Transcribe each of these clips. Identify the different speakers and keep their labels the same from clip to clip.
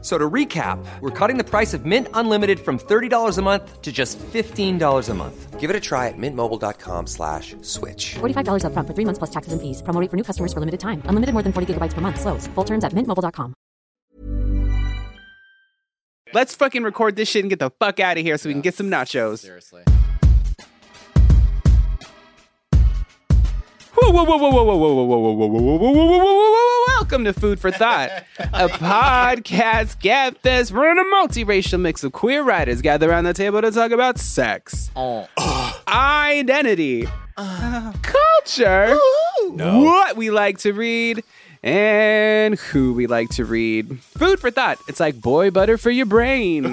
Speaker 1: So to recap, we're cutting the price of Mint Unlimited from $30 a month to just $15 a month. Give it a try at mintmobile.com slash switch.
Speaker 2: $45 upfront for three months plus taxes and fees. Promo rate for new customers for limited time. Unlimited more than 40 gigabytes per month. Slows. Full terms at mintmobile.com.
Speaker 3: Let's fucking record this shit and get the fuck out of here so we can get some nachos.
Speaker 4: Seriously.
Speaker 3: Whoa, whoa, whoa, whoa, whoa, whoa, whoa, whoa, whoa, whoa, whoa, whoa, whoa, whoa, whoa, whoa, whoa, whoa. Welcome to Food for Thought, a podcast gap fest. We're in a multiracial mix of queer writers gather around the table to talk about sex, identity, culture, what we like to read, and who we like to read. Food for thought. It's like boy butter for your brain.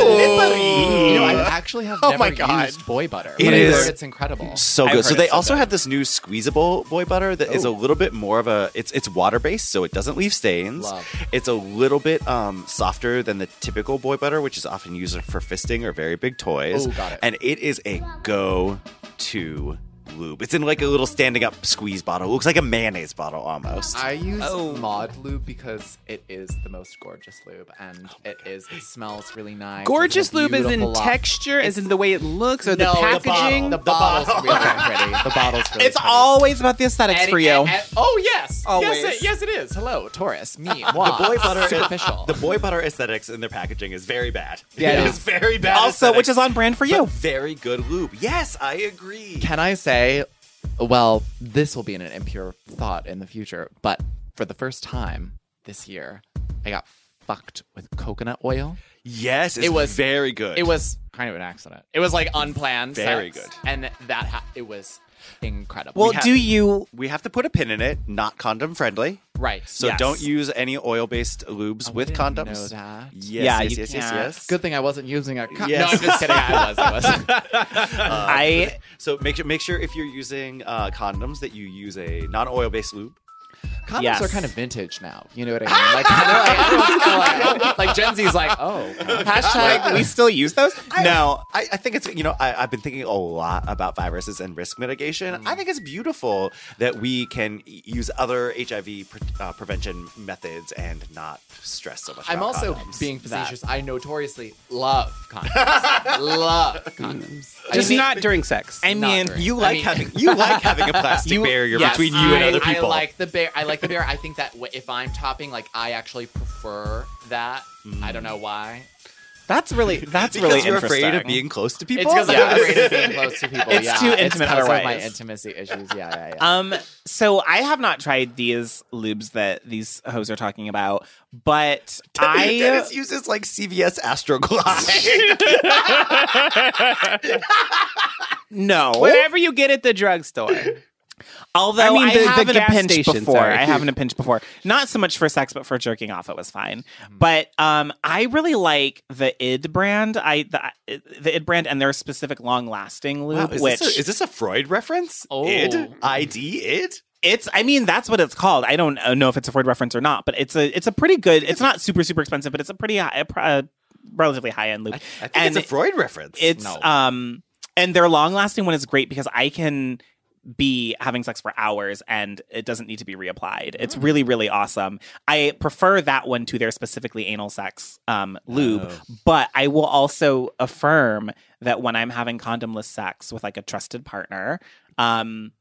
Speaker 4: You know, I actually have never
Speaker 5: my God.
Speaker 4: used boy butter.
Speaker 3: It
Speaker 4: but I
Speaker 3: is-
Speaker 4: heard it's incredible.
Speaker 5: so
Speaker 6: I've
Speaker 5: good. So
Speaker 6: heard
Speaker 5: they
Speaker 6: it so
Speaker 5: also
Speaker 6: good.
Speaker 5: have this new squeezable boy butter that is a little bit more of a it's it's water based, so it doesn't leave stains.
Speaker 4: Love.
Speaker 5: It's a little bit um, softer than the typical boy butter, which is often used for fisting or very big toys.
Speaker 4: Ooh, got it.
Speaker 5: And it is a go to lube. It's in like a little standing up squeeze bottle. It looks like a mayonnaise bottle almost.
Speaker 4: I use Mod Lube because it is the most gorgeous lube, and
Speaker 3: Oh
Speaker 4: it is. It smells really nice.
Speaker 3: Gorgeous
Speaker 4: It's a
Speaker 3: lube is in
Speaker 4: beautiful uh, lot-
Speaker 3: texture, as in the way it looks, or the
Speaker 4: No,
Speaker 3: packaging.
Speaker 4: The, bottle. the bottle's really pretty. The bottle's really
Speaker 3: It's
Speaker 4: pretty.
Speaker 3: always about the aesthetics for you.
Speaker 4: And- and- oh yes,
Speaker 3: Always.
Speaker 4: yes, it, yes, it is. Hello, Taurus, me, moi.
Speaker 5: boy butter
Speaker 4: superficial.
Speaker 5: the boy butter aesthetics in their packaging is very bad.
Speaker 3: Yeah, it
Speaker 5: it
Speaker 3: is.
Speaker 5: is very bad.
Speaker 3: also, which
Speaker 5: aesthetics,
Speaker 3: is on brand for you.
Speaker 5: but very good lube. Yes, I agree.
Speaker 4: Can I say, well, this will be an impure thought in the future, but for the first time this year, I got fucked with coconut oil.
Speaker 5: Yes, it's
Speaker 4: It was-
Speaker 5: very good.
Speaker 4: It was kind of an accident. It was like unplanned.
Speaker 5: Very
Speaker 4: sex,
Speaker 5: good.
Speaker 4: And that ha- it was incredible.
Speaker 3: Well,
Speaker 5: We have-
Speaker 3: do you?
Speaker 5: We have to put a pin in it. Not condom friendly.
Speaker 4: right.
Speaker 5: So
Speaker 3: Yes.
Speaker 5: don't use any oil based lubes with
Speaker 4: didn't
Speaker 5: condoms.
Speaker 4: know that.
Speaker 5: Yes,
Speaker 3: Yeah,
Speaker 5: yes,
Speaker 3: you
Speaker 5: yes, yes,
Speaker 3: can't.
Speaker 5: yes.
Speaker 4: good thing I wasn't using a. Con-
Speaker 5: Yes.
Speaker 4: No, I'm just kidding. I was. I was.
Speaker 3: I
Speaker 5: So make sure make sure if you're using uh, condoms that you use a non oil based lube.
Speaker 4: Condoms
Speaker 3: Yes.
Speaker 4: are kind of vintage now. You know what I mean? Like, I know, like, everyone's like, like Gen Z's like, oh, okay.
Speaker 3: hashtag we still use those.
Speaker 5: no, I, I think it's you know I, I've been thinking a lot about viruses and risk mitigation.
Speaker 3: Mm.
Speaker 5: I think it's beautiful that we can y- use other HIV pre- uh, prevention methods and not stress so much.
Speaker 4: I'm
Speaker 5: about
Speaker 4: also
Speaker 5: condoms.
Speaker 4: being facetious. I notoriously love condoms. love condoms. I
Speaker 3: Just
Speaker 4: mean-
Speaker 3: not during sex.
Speaker 7: I mean,
Speaker 4: during-
Speaker 5: You
Speaker 4: I
Speaker 5: like
Speaker 4: mean-
Speaker 5: having you like having a plastic barrier
Speaker 4: Yes,
Speaker 5: between you and
Speaker 4: I-
Speaker 5: other people.
Speaker 4: I like the bear. I like the bear. I think that w- if I'm topping, like I actually prefer that. I don't know
Speaker 5: Mm.
Speaker 4: why.
Speaker 7: that's really that's
Speaker 5: because
Speaker 7: really
Speaker 5: you're
Speaker 7: interesting.
Speaker 5: afraid of being close to people.
Speaker 4: It's because
Speaker 3: Yes.
Speaker 4: I'm afraid of being close to people.
Speaker 7: It's
Speaker 4: yeah.
Speaker 7: too intimate
Speaker 4: because of my
Speaker 7: otherwise.
Speaker 4: intimacy issues. Yeah, yeah, yeah.
Speaker 7: Um, so I have not tried these lubes that these hoes are talking about, but I
Speaker 5: Dennis uses like CVS Astroglide.
Speaker 7: no.
Speaker 3: Whatever you get at the drugstore.
Speaker 7: Although
Speaker 3: I
Speaker 7: I,
Speaker 3: mean, the- the
Speaker 7: haven't
Speaker 3: gas
Speaker 7: a pinch
Speaker 3: stations
Speaker 7: before.
Speaker 3: are-
Speaker 7: I haven't a pinch before. Not so much for sex, but for jerking off, it was fine.
Speaker 5: Mm-hmm.
Speaker 7: But um, I really like the id brand. I the, the id brand and their specific long lasting lube,
Speaker 5: Oh, is,
Speaker 7: which
Speaker 5: this a, is this a Freud reference?
Speaker 4: Oh.
Speaker 5: Id? ID? Id?
Speaker 7: it's i mean that's what it's called i don't know if it's a freud reference or not but it's a it's a pretty good it's not super super expensive but it's a pretty high a, pr- a relatively high end loop
Speaker 5: I think
Speaker 7: and
Speaker 5: it's a Freud reference.
Speaker 7: it's
Speaker 4: No.
Speaker 7: um and their long lasting one is great because i can be having sex for hours and it doesn't need to be reapplied it's
Speaker 4: Mm.
Speaker 7: really really awesome i prefer that one to their specifically anal sex um lube
Speaker 4: Oh.
Speaker 7: but i will also affirm that when i'm having condomless sex with like a trusted partner um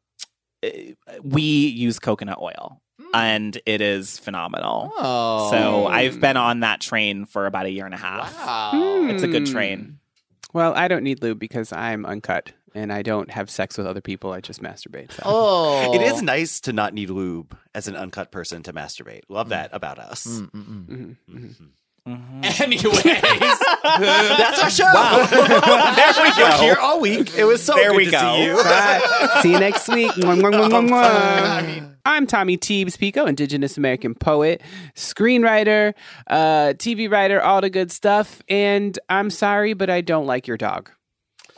Speaker 7: eh, we use coconut oil and it is phenomenal
Speaker 4: Mm. Oh,
Speaker 7: so i've been on that train for about a year and a half
Speaker 4: wow.
Speaker 5: hmm.
Speaker 7: it's a good
Speaker 4: Hmm.
Speaker 7: train
Speaker 3: Well, I don't need lube because I'm uncut and I don't have sex with other people. I just masturbate. So.
Speaker 4: Oh,
Speaker 5: it is nice to not need lube as an uncut person to masturbate. Love that about us.
Speaker 3: Mhm.
Speaker 4: Mm-hmm. Anyways,
Speaker 5: That's our show. there we go. We're here all week. It was so
Speaker 7: There
Speaker 5: good
Speaker 7: we
Speaker 5: to
Speaker 7: go.
Speaker 5: see you.
Speaker 3: Bye. See you next week. Mwah, mwah, mwah,
Speaker 4: Oh,
Speaker 3: mwah, mwah. I'm Tommy Teebs Pico, Indigenous American poet, screenwriter, uh, TV writer, all the good stuff. And I'm sorry, but I don't like your dog.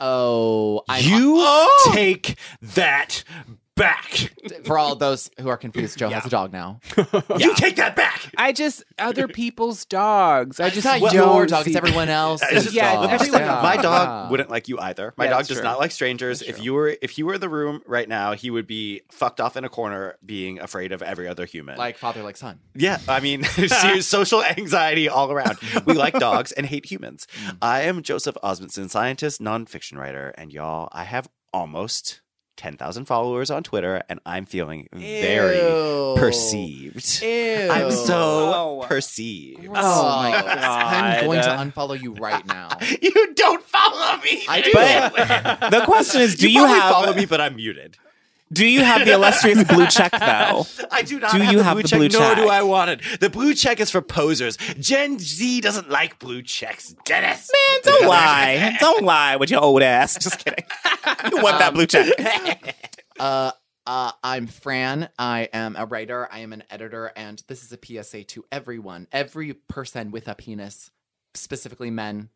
Speaker 4: oh, I'm
Speaker 5: you take that
Speaker 7: back.
Speaker 4: For all those who are confused, Joe has a dog now.
Speaker 5: You take that back.
Speaker 3: I just other people's dogs. I just
Speaker 4: it's not
Speaker 3: don't
Speaker 4: your dog; it's
Speaker 3: see-
Speaker 4: everyone else.
Speaker 5: It's just-
Speaker 3: Yeah,
Speaker 5: it's
Speaker 3: everyone
Speaker 5: just like,
Speaker 3: else.
Speaker 5: my dog
Speaker 4: Yeah.
Speaker 5: wouldn't like you either. My
Speaker 3: Yeah,
Speaker 5: dog
Speaker 3: that's
Speaker 5: does
Speaker 3: true.
Speaker 5: not like strangers. If you were if you were in the room right now, he would be fucked off in a corner, being afraid of every other human.
Speaker 4: like father, like son.
Speaker 5: yeah, I mean, serious social anxiety all around. We like dogs and hate humans. I am Joseph Osmondson, scientist, nonfiction writer, and y'all, I have almost ten thousand followers on Twitter, and I'm feeling very
Speaker 4: Ew.
Speaker 5: perceived.
Speaker 4: Ew.
Speaker 5: I'm so
Speaker 7: Wow.
Speaker 5: perceived.
Speaker 4: Oh my
Speaker 7: God.
Speaker 4: I'm going to unfollow you right now.
Speaker 5: You don't follow me.
Speaker 4: I do.
Speaker 7: The question is, do you,
Speaker 5: probably
Speaker 7: have
Speaker 5: follow me, but I'm muted.
Speaker 7: do you have the illustrious blue check though?
Speaker 5: I do not
Speaker 7: Do
Speaker 5: have
Speaker 7: you
Speaker 5: the
Speaker 7: have
Speaker 5: blue
Speaker 7: the
Speaker 5: check,
Speaker 7: blue
Speaker 5: nor do
Speaker 7: check?
Speaker 5: I want it. The blue check is for posers. Gen Z doesn't like blue checks. Dennis.
Speaker 7: Man, don't lie. Don't lie with your old ass. Just kidding. You want that blue check.
Speaker 5: Um,
Speaker 4: Uh, uh, I'm Fran. I am a writer. I am an editor, and this is a PSA to everyone, every person with a penis, specifically men.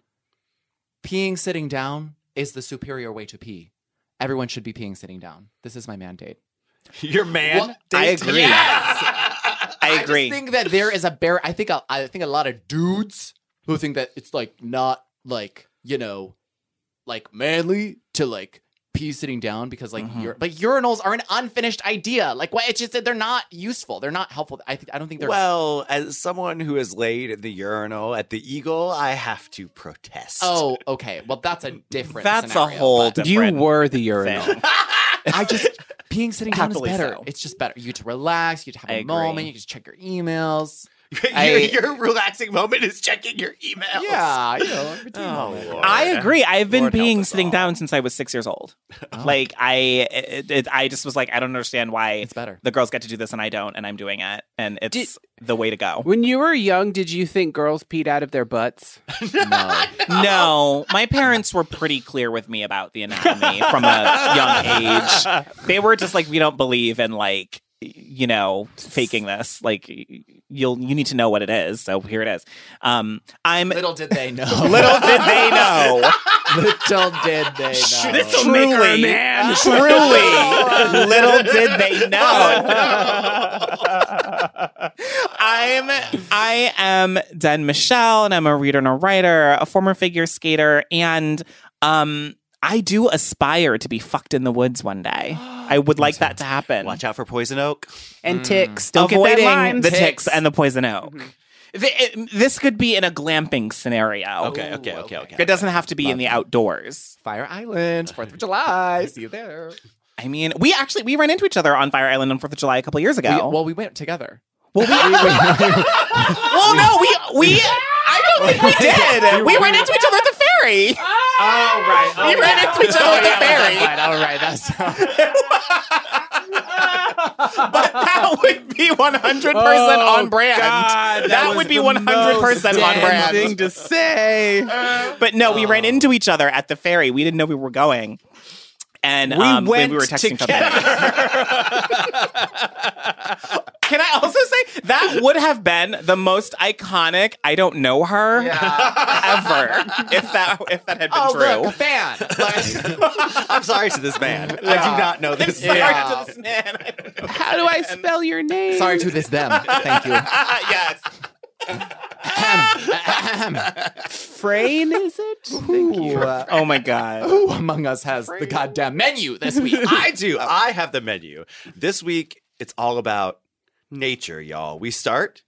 Speaker 4: Peeing sitting down is the superior way to pee. Everyone should be peeing sitting down. This is my mandate.
Speaker 5: Your man.
Speaker 4: Well,
Speaker 7: I
Speaker 5: dated-
Speaker 7: agree. I
Speaker 4: I
Speaker 7: agree.
Speaker 4: just think that there is a bear. I think a, I think a lot of dudes who think that it's like not like you know, like manly to like pee sitting down because like ur- like urinals are an unfinished idea. Like what it's just that they're not useful. They're not helpful. I think I don't think they're.
Speaker 5: Well, as someone who has laid in the urinal at the Eagle, I have to protest.
Speaker 4: oh, okay. Well, that's a different.
Speaker 7: That's a
Speaker 4: scenario,
Speaker 7: whole
Speaker 4: but
Speaker 3: You
Speaker 7: different
Speaker 3: were the urinal.
Speaker 7: thing.
Speaker 4: I just peeing sitting down is
Speaker 7: Happily
Speaker 4: better.
Speaker 7: so.
Speaker 4: It's just better. You get to relax. You get to have a
Speaker 7: I agree.
Speaker 4: moment. You can just check your emails.
Speaker 5: your,
Speaker 4: I-
Speaker 5: your relaxing moment is checking your email.
Speaker 4: Yeah, you know. have a tea
Speaker 5: Oh,
Speaker 4: moment.
Speaker 5: Lord.
Speaker 7: I agree. I've been
Speaker 5: Lord help
Speaker 7: being
Speaker 5: us
Speaker 7: sitting
Speaker 5: all.
Speaker 7: down since I was six years old. Like I, it, it, I just was like, I don't understand why
Speaker 4: It's better.
Speaker 7: the girls get to do this and I don't, and I'm doing it, and it's
Speaker 3: Did-
Speaker 7: the way to go.
Speaker 3: When you were young, did you think girls peed out of their butts?
Speaker 4: No.
Speaker 7: No, my parents were pretty clear with me about the anatomy from a young age. They were just like, we don't believe in like you know faking this. Like you'll you need to know what it is. So here it is. Um, I'm little,
Speaker 4: Little did they know.
Speaker 7: did they know.
Speaker 4: Little did they know.
Speaker 7: This will make her a man. Truly, little did they know. I'm I am Den Michelle, and I'm a reader and a writer, a former figure skater, and um, I do aspire to be fucked in the woods one day. I would like that to happen.
Speaker 5: Watch out for poison oak.
Speaker 3: And ticks. Don't get that
Speaker 7: Avoiding
Speaker 3: lime.
Speaker 7: the
Speaker 4: Mm. Ticks.
Speaker 7: ticks and the poison oak. Th- it- this could be in a glamping scenario.
Speaker 5: Okay, okay, okay, okay.
Speaker 7: It doesn't have to be in the outdoors.
Speaker 4: Fire Island, Fourth of July. See you there.
Speaker 7: I mean, we actually we ran into each other on Fire Island on Fourth of July a couple years ago.
Speaker 4: We, well, we went together.
Speaker 7: Well, we, well, Oh, no, we we I don't think we did. We ran into each other at the ferry.
Speaker 4: Oh right. Oh,
Speaker 7: We ran into each other at the ferry.
Speaker 4: Right, all right. That's
Speaker 7: But that would be one hundred percent on brand. that would be one hundred percent on brand. Oh.
Speaker 3: Thing to say.
Speaker 7: But no, we ran into each other at the ferry. We didn't know we were going. And
Speaker 3: We
Speaker 7: um,
Speaker 3: went
Speaker 7: when we were texting each other. Can I also say that would have been the most iconic I don't know her ever if that if that had been
Speaker 4: oh,
Speaker 7: true.
Speaker 4: look, a fan. Like,
Speaker 5: I'm sorry to this man. I do not know this
Speaker 7: Sorry
Speaker 5: man.
Speaker 4: Yeah.
Speaker 7: to this man. I don't know.
Speaker 3: How do I spell your name?
Speaker 4: sorry to this them. Thank you.
Speaker 7: yes.
Speaker 4: Ahem, ahem.
Speaker 3: Frame is it? Thank you.
Speaker 7: Oh my god.
Speaker 4: Who among us has the goddamn menu this week?
Speaker 5: I do. I have the menu. This week, it's all about nature, y'all. We start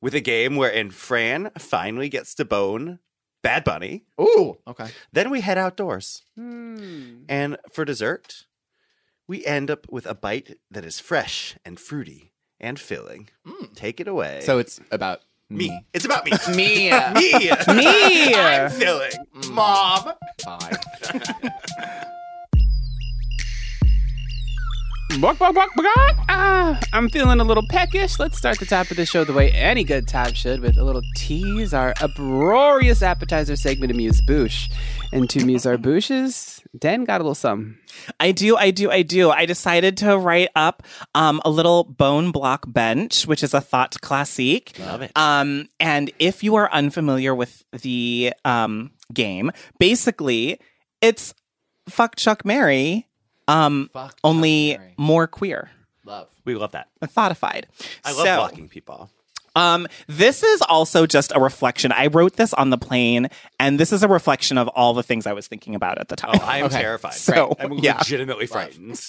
Speaker 5: with a game wherein Fran finally gets to bone Bad Bunny.
Speaker 4: Ooh. Okay.
Speaker 5: Then we head outdoors. And for dessert, we end up with a bite that is fresh and fruity and filling. Take it away.
Speaker 4: So it's about
Speaker 5: me. It's about me.
Speaker 4: Me.
Speaker 5: me.
Speaker 3: Me.
Speaker 5: I'm filling. Mom.
Speaker 4: Bye.
Speaker 3: Bark, bark, bark, bark. Ah, I'm feeling a little peckish. Let's start the top of the show the way any good top should with a little tease, our uproarious appetizer segment of Muse Boosh. And to Muse our Booshes, Dan got a little something.
Speaker 7: I do, I do, I do. I decided to write up um, a little bone block bench, which is a thought classique. Love it. Um, and if you are unfamiliar with the um, game, basically it's fuck Chuck Mary Um,
Speaker 4: Fuck Tyler
Speaker 7: only
Speaker 4: Perry.
Speaker 7: more queer
Speaker 4: Love.
Speaker 5: We love that.
Speaker 7: and thoughtified.
Speaker 5: I love
Speaker 7: So-
Speaker 5: blocking people.
Speaker 7: um, this is also just a reflection. I wrote this on the plane, and this is a reflection of all the things I was thinking about at the time.
Speaker 5: Oh, I am terrified.
Speaker 7: So,
Speaker 5: I'm
Speaker 7: yeah.
Speaker 5: legitimately frightened.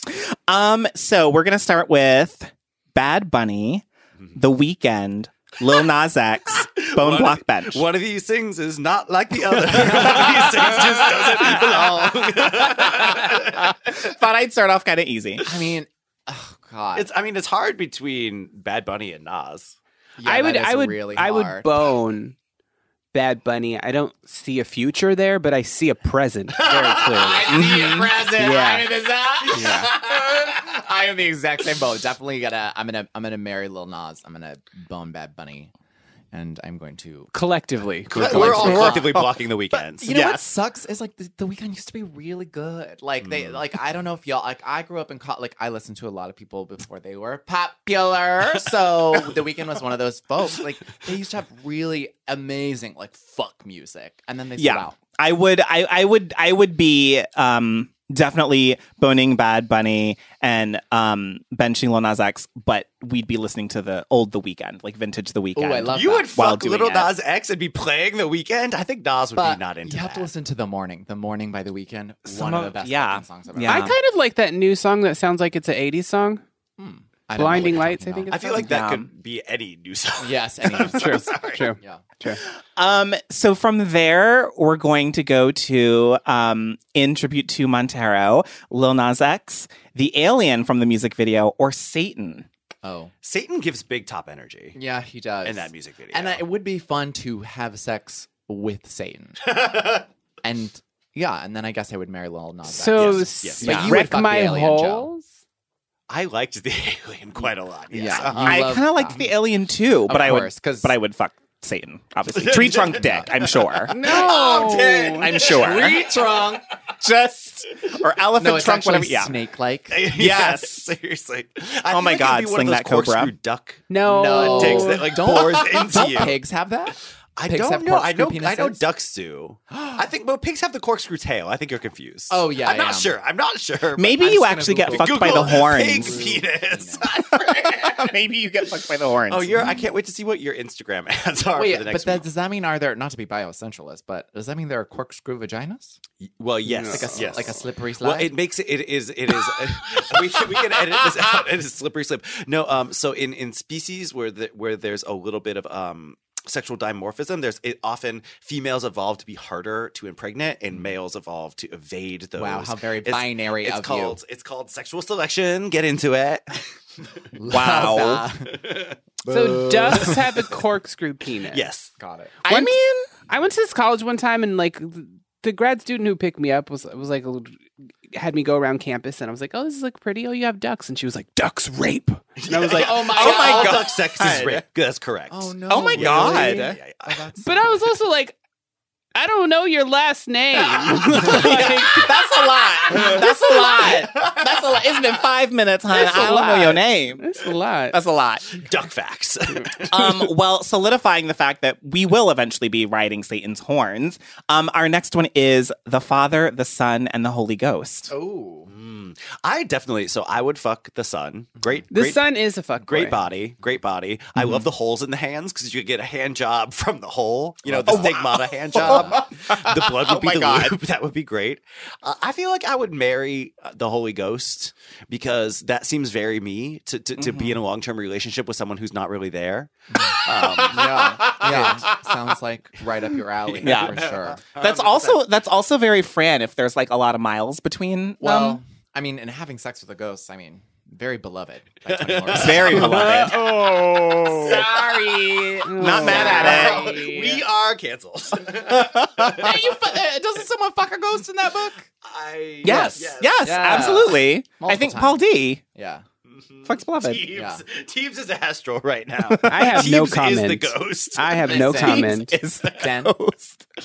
Speaker 7: um, so we're gonna start with Bad Bunny, The Weekend, Lil Nas X, Bone
Speaker 5: One-
Speaker 7: Block Bench.
Speaker 5: One of these things is not like the other. one of these things just doesn't belong.
Speaker 7: Thought I'd start off kind of easy.
Speaker 4: I mean, oh god.
Speaker 5: It's. I mean, it's hard between Bad Bunny and Nas.
Speaker 4: Yeah,
Speaker 3: I would,
Speaker 4: that is
Speaker 3: I would,
Speaker 4: Really
Speaker 3: I would
Speaker 4: hard.
Speaker 3: bone Bad Bunny. I don't see a future there, but I see a present very clearly.
Speaker 4: Mhm.
Speaker 3: Yeah.
Speaker 4: I am the exact- I am the exact same boat. Definitely gonna. I'm gonna. I'm gonna marry Lil Nas. I'm gonna bone Bad Bunny, and I'm going to.
Speaker 3: Collectively, we're
Speaker 5: We're
Speaker 3: going
Speaker 5: all
Speaker 3: to-
Speaker 5: collectively blocking the weekends.
Speaker 4: You know what
Speaker 5: yes.
Speaker 4: sucks is like the, the weekend used to be really good. Like they like I don't know if y'all like I grew up in co- like I listened to a lot of people before they were popular. So the weekend was one of those folks. Like they used to have really amazing like fuck music, and then they
Speaker 7: Yeah.
Speaker 4: yeah. out.
Speaker 7: I would I, I would I would be um definitely boning Bad Bunny and um benching Lil Nas X, but we'd be listening to the old The Weekend, like vintage The Weekend.
Speaker 4: I love
Speaker 5: You
Speaker 4: that.
Speaker 5: would
Speaker 7: while
Speaker 5: fuck
Speaker 7: doing
Speaker 5: Little
Speaker 7: it.
Speaker 5: Nas X and be playing the weekend. I think Nas would be not into
Speaker 4: you have
Speaker 5: that.
Speaker 4: to listen to the morning. The morning by the weekend.
Speaker 7: Some
Speaker 4: one of, the
Speaker 7: of-
Speaker 4: best
Speaker 7: yeah.
Speaker 4: fucking songs I've ever
Speaker 7: Yeah.
Speaker 3: I
Speaker 4: heard.
Speaker 3: kind of like that new song that sounds like it's an '80s song.
Speaker 4: I don't know what
Speaker 3: Blinding
Speaker 4: you're
Speaker 3: Lights, I
Speaker 4: talking
Speaker 3: think.
Speaker 4: about.
Speaker 5: I
Speaker 3: It's
Speaker 5: feel like that
Speaker 7: Yeah.
Speaker 5: could be any new song.
Speaker 4: Yes, I mean,
Speaker 3: true,
Speaker 5: sorry.
Speaker 3: true,
Speaker 4: yeah.
Speaker 3: true.
Speaker 7: Um so from there we're going to go to um in tribute to Montero, Lil Nas X, the alien from the music video, or Satan.
Speaker 4: Oh,
Speaker 5: Satan gives big top energy
Speaker 4: yeah, he does.
Speaker 5: in that music video.
Speaker 4: and it would be fun to have sex with Satan. and yeah, and then I guess I would marry Lil Nas. X.
Speaker 3: So,
Speaker 5: Yes, yes.
Speaker 4: But you would
Speaker 3: wreck
Speaker 4: fuck
Speaker 3: my
Speaker 4: the alien, Joe.
Speaker 3: holes.
Speaker 5: I liked the alien quite a lot. Yes.
Speaker 4: Yeah.
Speaker 5: Uh-huh.
Speaker 4: You
Speaker 7: I
Speaker 4: love-
Speaker 7: kinda liked the alien too, but I would
Speaker 4: course, 'cause-
Speaker 7: but I would fuck Satan, obviously. Tree trunk dick, I'm sure.
Speaker 3: No,
Speaker 7: I'm sure.
Speaker 4: wrong.
Speaker 7: just or elephant
Speaker 4: No, it's
Speaker 7: trunk, whatever.
Speaker 4: actually
Speaker 7: Yeah.
Speaker 4: snake-like.
Speaker 7: Yes.
Speaker 5: seriously.
Speaker 7: Oh my God,
Speaker 5: Sling
Speaker 7: sling that cobra.
Speaker 5: duck
Speaker 3: no,
Speaker 4: No.
Speaker 5: dicks that like bores into
Speaker 4: Don't
Speaker 5: you.
Speaker 4: pigs have that?
Speaker 5: I
Speaker 4: pigs
Speaker 5: don't
Speaker 4: have
Speaker 5: know. I know.
Speaker 4: corkscrew
Speaker 5: I know
Speaker 4: penises?
Speaker 5: ducks do. I think, but pigs have the corkscrew tail. I think you're confused.
Speaker 4: Oh, yeah,
Speaker 5: I'm
Speaker 4: I
Speaker 5: not
Speaker 4: am.
Speaker 5: sure. I'm not sure. but
Speaker 7: Maybe
Speaker 4: I'm
Speaker 7: you
Speaker 4: just gonna
Speaker 7: actually get
Speaker 4: Google-
Speaker 7: fucked by the
Speaker 5: Google
Speaker 7: horns.
Speaker 5: Pig penis.
Speaker 7: Maybe you get fucked by the horns.
Speaker 5: oh, you're. I can't wait to see what your Instagram ads are
Speaker 4: Wait,
Speaker 5: for the
Speaker 4: but
Speaker 5: next.
Speaker 4: that,
Speaker 5: But
Speaker 4: does that mean are there not to be biocentralist? But does that mean there are corkscrew vaginas?
Speaker 5: well, yes,
Speaker 4: Like a,
Speaker 5: yes.
Speaker 4: like a slippery slide.
Speaker 5: Well, it makes it, it is it is we, can, we can edit this out. It is slippery slip. No, um, so in in species where the, where there's a little bit of um sexual dimorphism, there's it, often females evolve to be harder to impregnate, and males evolve to evade those.
Speaker 4: Mm. Wow, how very
Speaker 5: It's-
Speaker 4: binary
Speaker 5: It's
Speaker 4: of you.
Speaker 5: called it's called sexual selection. Get into it.
Speaker 7: wow.
Speaker 3: So ducks have a corkscrew penis.
Speaker 5: yes.
Speaker 4: Got it.
Speaker 7: I mean,
Speaker 3: I went to this college one time and like th- the grad student who picked me up was was like l- had me go around campus and I was like, "Oh, this is like pretty. Oh, you have ducks." And she was like, "Ducks rape." And I was like,
Speaker 4: Oh my
Speaker 5: So
Speaker 4: God.
Speaker 5: all duck sex is rape. That's correct.
Speaker 4: Oh no.
Speaker 7: Oh my
Speaker 4: really? Oh,
Speaker 7: God.
Speaker 5: Yeah, yeah, yeah.
Speaker 3: But I was also like, I don't know your last name. Like,
Speaker 7: that's a lot. That's a lot. That's a lot. It's been five minutes, hon.
Speaker 3: That's a
Speaker 7: I don't know
Speaker 3: lot.
Speaker 7: your name.
Speaker 3: that's a lot.
Speaker 7: That's a lot.
Speaker 5: Duck facts.
Speaker 7: Um, well, solidifying the fact that we will eventually be riding Satan's horns. Um, our next one is the Father, the Son, and the Holy Ghost.
Speaker 4: Oh.
Speaker 5: I definitely. So I would fuck the sun. Great.
Speaker 3: the
Speaker 5: great,
Speaker 3: sun is a fuck.
Speaker 5: Great
Speaker 3: boy.
Speaker 5: body, great body. I love the holes in the hands because you could get a hand job from the hole. You know, the stigmata hand job. the blood would be the lube. That would be great. Uh, I feel like I would marry uh, the Holy Ghost because that seems very me to to, to be in a long term relationship with someone who's not really there. um,
Speaker 4: Yeah. Yeah. Sounds like right up your alley
Speaker 7: Yeah. Um,
Speaker 4: for sure.
Speaker 7: That's also that's also very Fran if there's like a lot of miles between.
Speaker 4: Well,
Speaker 7: them.
Speaker 4: I mean, and having sex with a ghost, I mean, very beloved. By Toni Morrison.
Speaker 7: very beloved.
Speaker 4: sorry.
Speaker 7: Oh. Not mad at it.
Speaker 5: we are canceled.
Speaker 4: uh, doesn't someone fuck a ghost in that book?
Speaker 5: I,
Speaker 7: Yes. Yes,
Speaker 4: Yes.
Speaker 7: absolutely. I think
Speaker 4: times.
Speaker 7: Paul D.
Speaker 4: Yeah.
Speaker 7: Fucks Beloved.
Speaker 5: Teebs,
Speaker 4: Yeah.
Speaker 5: Teebs is astral right now.
Speaker 3: I have no
Speaker 5: Teebs is the
Speaker 3: comment.
Speaker 5: ghost.
Speaker 3: I have no
Speaker 4: Listen.
Speaker 3: comment.
Speaker 7: Is the
Speaker 4: Ben.
Speaker 7: ghost.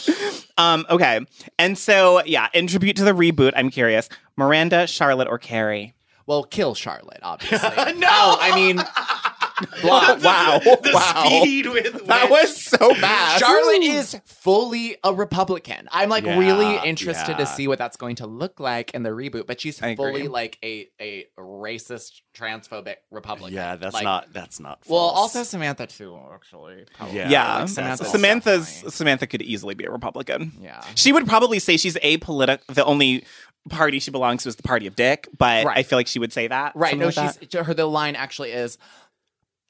Speaker 7: Um, okay. And so yeah, in tribute to the reboot, I'm curious. Miranda, Charlotte, or Carrie?
Speaker 4: Well, kill Charlotte, obviously.
Speaker 5: no,
Speaker 4: Oh, I mean, Blah.
Speaker 5: wow.
Speaker 7: The
Speaker 5: wow.
Speaker 7: speed with which
Speaker 5: That was so fast.
Speaker 4: Charlotte is fully a Republican. I'm like
Speaker 5: Yeah,
Speaker 4: really interested
Speaker 5: yeah.
Speaker 4: to see what that's going to look like in the reboot, but she's
Speaker 7: I agree.
Speaker 4: fully like a a racist, transphobic Republican.
Speaker 5: Yeah, that's
Speaker 4: Like,
Speaker 5: not that's not.
Speaker 4: Well,
Speaker 5: false.
Speaker 4: also Samantha too, actually. probably.
Speaker 5: Yeah,
Speaker 7: Yeah,
Speaker 4: like
Speaker 7: Samantha's
Speaker 4: Samantha's
Speaker 7: Samantha's
Speaker 4: definitely-
Speaker 7: Samantha could easily be a Republican.
Speaker 4: Yeah.
Speaker 7: she would probably say she's apolitical. The only party she belongs to is the party of Dick, but
Speaker 4: Right.
Speaker 7: I feel like she would say that.
Speaker 4: Right.
Speaker 7: something
Speaker 4: No,
Speaker 7: like that.
Speaker 4: she's her. The line actually is,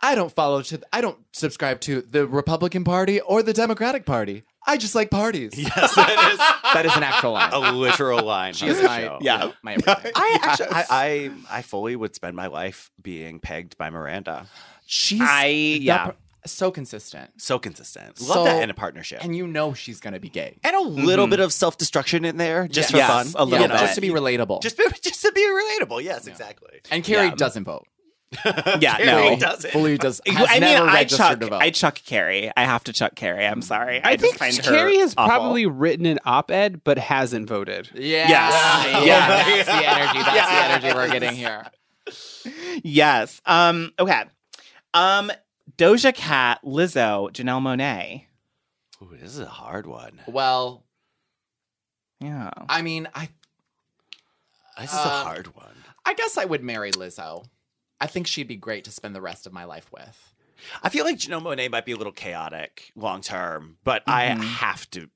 Speaker 4: "I don't follow to. I don't subscribe to the Republican Party or the Democratic Party. I just like parties."
Speaker 5: yes, that
Speaker 4: That is an actual line.
Speaker 5: is a literal line.
Speaker 4: she
Speaker 5: on
Speaker 4: is
Speaker 5: the
Speaker 4: my
Speaker 5: show.
Speaker 7: Yeah.
Speaker 4: yeah my. everything.
Speaker 5: I actually, I, I, I fully would spend my life being pegged by Miranda.
Speaker 4: She's
Speaker 7: I-
Speaker 4: that
Speaker 7: yeah.
Speaker 4: per- so consistent,
Speaker 5: So consistent. Love
Speaker 4: So-
Speaker 5: that in a partnership. Mm-hmm.
Speaker 4: and you know she's gonna be gay.
Speaker 5: and a little bit of self destruction in there, just for
Speaker 7: Yes,
Speaker 5: fun,
Speaker 7: a little
Speaker 5: you
Speaker 7: bit.
Speaker 4: just to be relatable.
Speaker 5: just, be- just to be relatable. Yes, exactly.
Speaker 4: and Carrie
Speaker 7: Yeah.
Speaker 4: doesn't vote.
Speaker 7: yeah,
Speaker 5: Carrie
Speaker 7: no.
Speaker 5: does it.
Speaker 4: Fully does. Has
Speaker 7: I mean,
Speaker 4: never
Speaker 7: I
Speaker 4: registered
Speaker 7: chuck,
Speaker 4: to vote.
Speaker 7: I chuck Carrie. I have to chuck Carrie. I'm sorry. I,
Speaker 3: I
Speaker 7: just
Speaker 3: think
Speaker 7: find her
Speaker 3: Carrie has
Speaker 7: awful. Mm-hmm.
Speaker 3: probably written an op-ed but hasn't voted.
Speaker 4: yeah.
Speaker 7: Yes.
Speaker 4: Yeah.
Speaker 7: Yeah.
Speaker 4: That's the energy. That's the energy we're getting here.
Speaker 7: Yes. Um. Okay. Um. Doja Cat, Lizzo, Janelle Monet.
Speaker 5: Ooh, this is a hard one.
Speaker 4: Well,
Speaker 7: Yeah.
Speaker 4: I mean, I
Speaker 5: This is a
Speaker 4: Uh,
Speaker 5: hard one.
Speaker 4: I guess I would marry Lizzo. I think she'd be great to spend the rest of my life with.
Speaker 5: I feel like Janelle Monet might be a little chaotic long term, but
Speaker 4: Mm-hmm.
Speaker 5: I have to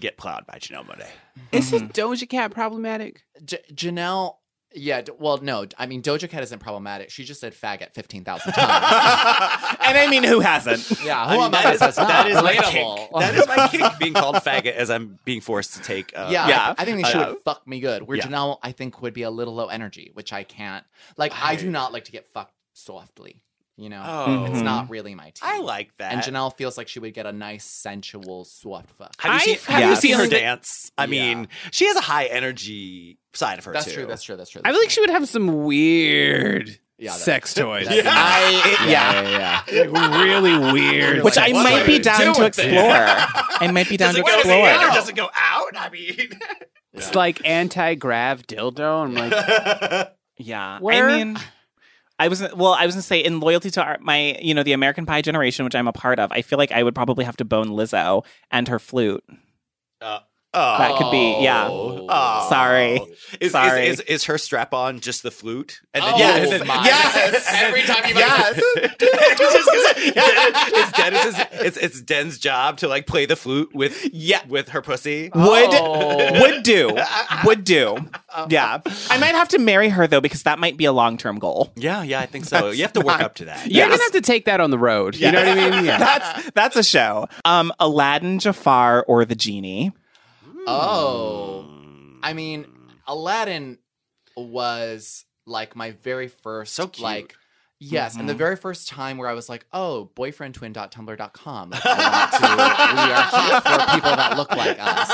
Speaker 5: get plowed by Janelle Monet.
Speaker 3: Isn't Doja Cat problematic?
Speaker 4: J- Janelle, yeah, d- well, no, I mean, Doja Cat isn't problematic. She just said faggot 15,000 times.
Speaker 7: Mm-hmm. and I mean, who hasn't?
Speaker 4: yeah,
Speaker 5: I
Speaker 4: who
Speaker 5: mean,
Speaker 4: am I to say it's not
Speaker 5: that is my
Speaker 4: relatable?
Speaker 5: kink. That is my kink being called faggot as I'm being forced to take. Uh,
Speaker 4: yeah,
Speaker 7: yeah.
Speaker 4: I, I think she
Speaker 5: Uh,
Speaker 4: would fuck me good. Where
Speaker 5: yeah.
Speaker 4: Janelle, I think, would be a little low energy, which I can't. Like, I, do not like to get fucked softly. You know,
Speaker 5: Oh.
Speaker 4: it's not really my team.
Speaker 5: I like that.
Speaker 4: And Janelle feels like she would get a nice sensual soft fuck.
Speaker 5: Have you
Speaker 3: I-
Speaker 5: seen,
Speaker 3: have
Speaker 5: have
Speaker 7: you
Speaker 5: you seen her
Speaker 3: seen-
Speaker 5: dance? I mean, she has a high energy side of her
Speaker 4: That's
Speaker 5: too.
Speaker 4: true. That's true. That's true.
Speaker 3: I feel like she would have some weird
Speaker 4: Yeah, that-
Speaker 3: sex toys.
Speaker 4: that's-
Speaker 7: I, yeah.
Speaker 4: yeah, yeah.
Speaker 3: Like, really weird.
Speaker 7: Which
Speaker 3: sex
Speaker 7: I
Speaker 5: What
Speaker 7: might
Speaker 5: are
Speaker 7: be
Speaker 5: you
Speaker 7: down to
Speaker 5: doing with
Speaker 7: explore.
Speaker 5: this?
Speaker 7: I might be down
Speaker 5: Does
Speaker 7: to
Speaker 5: it go in or
Speaker 7: explore.
Speaker 5: does it go out? I mean,
Speaker 3: It's like anti-grav dildo. I'm like,
Speaker 7: Yeah.
Speaker 3: Where-
Speaker 7: I mean, I was well. I was gonna say in loyalty to our, my, you know, the American Pie generation, which I'm a part of. I feel like I would probably have to bone Lizzo and her flute.
Speaker 5: oh,
Speaker 7: That could be. Yeah.
Speaker 5: oh.
Speaker 7: Sorry.
Speaker 5: Is,
Speaker 7: Sorry.
Speaker 5: Is, is, is her strap on just the flute? And
Speaker 4: Oh,
Speaker 5: yes,
Speaker 4: yes. my.
Speaker 5: yes,
Speaker 4: Every time you
Speaker 5: yes. It's just gonna- it's Dennis's. It's, it's Den's job to like play the flute with yeah with her pussy.
Speaker 7: Would
Speaker 4: Oh.
Speaker 7: would do would do. Yeah. I might have to marry her though because that might be a long term goal.
Speaker 5: Yeah, yeah, I think so. You have to work up to that.
Speaker 3: you're gonna have to take that on the road. You know what I mean? Yeah.
Speaker 7: That's that's a show. Um, Aladdin, Jafar, or the genie.
Speaker 4: Oh. I mean, Aladdin was like my very first
Speaker 5: So cute.
Speaker 4: like yes, and the very first time where I was like, "Oh, boyfriendtwin.tumblr.com." Like, I want to, we are here for people that look like us.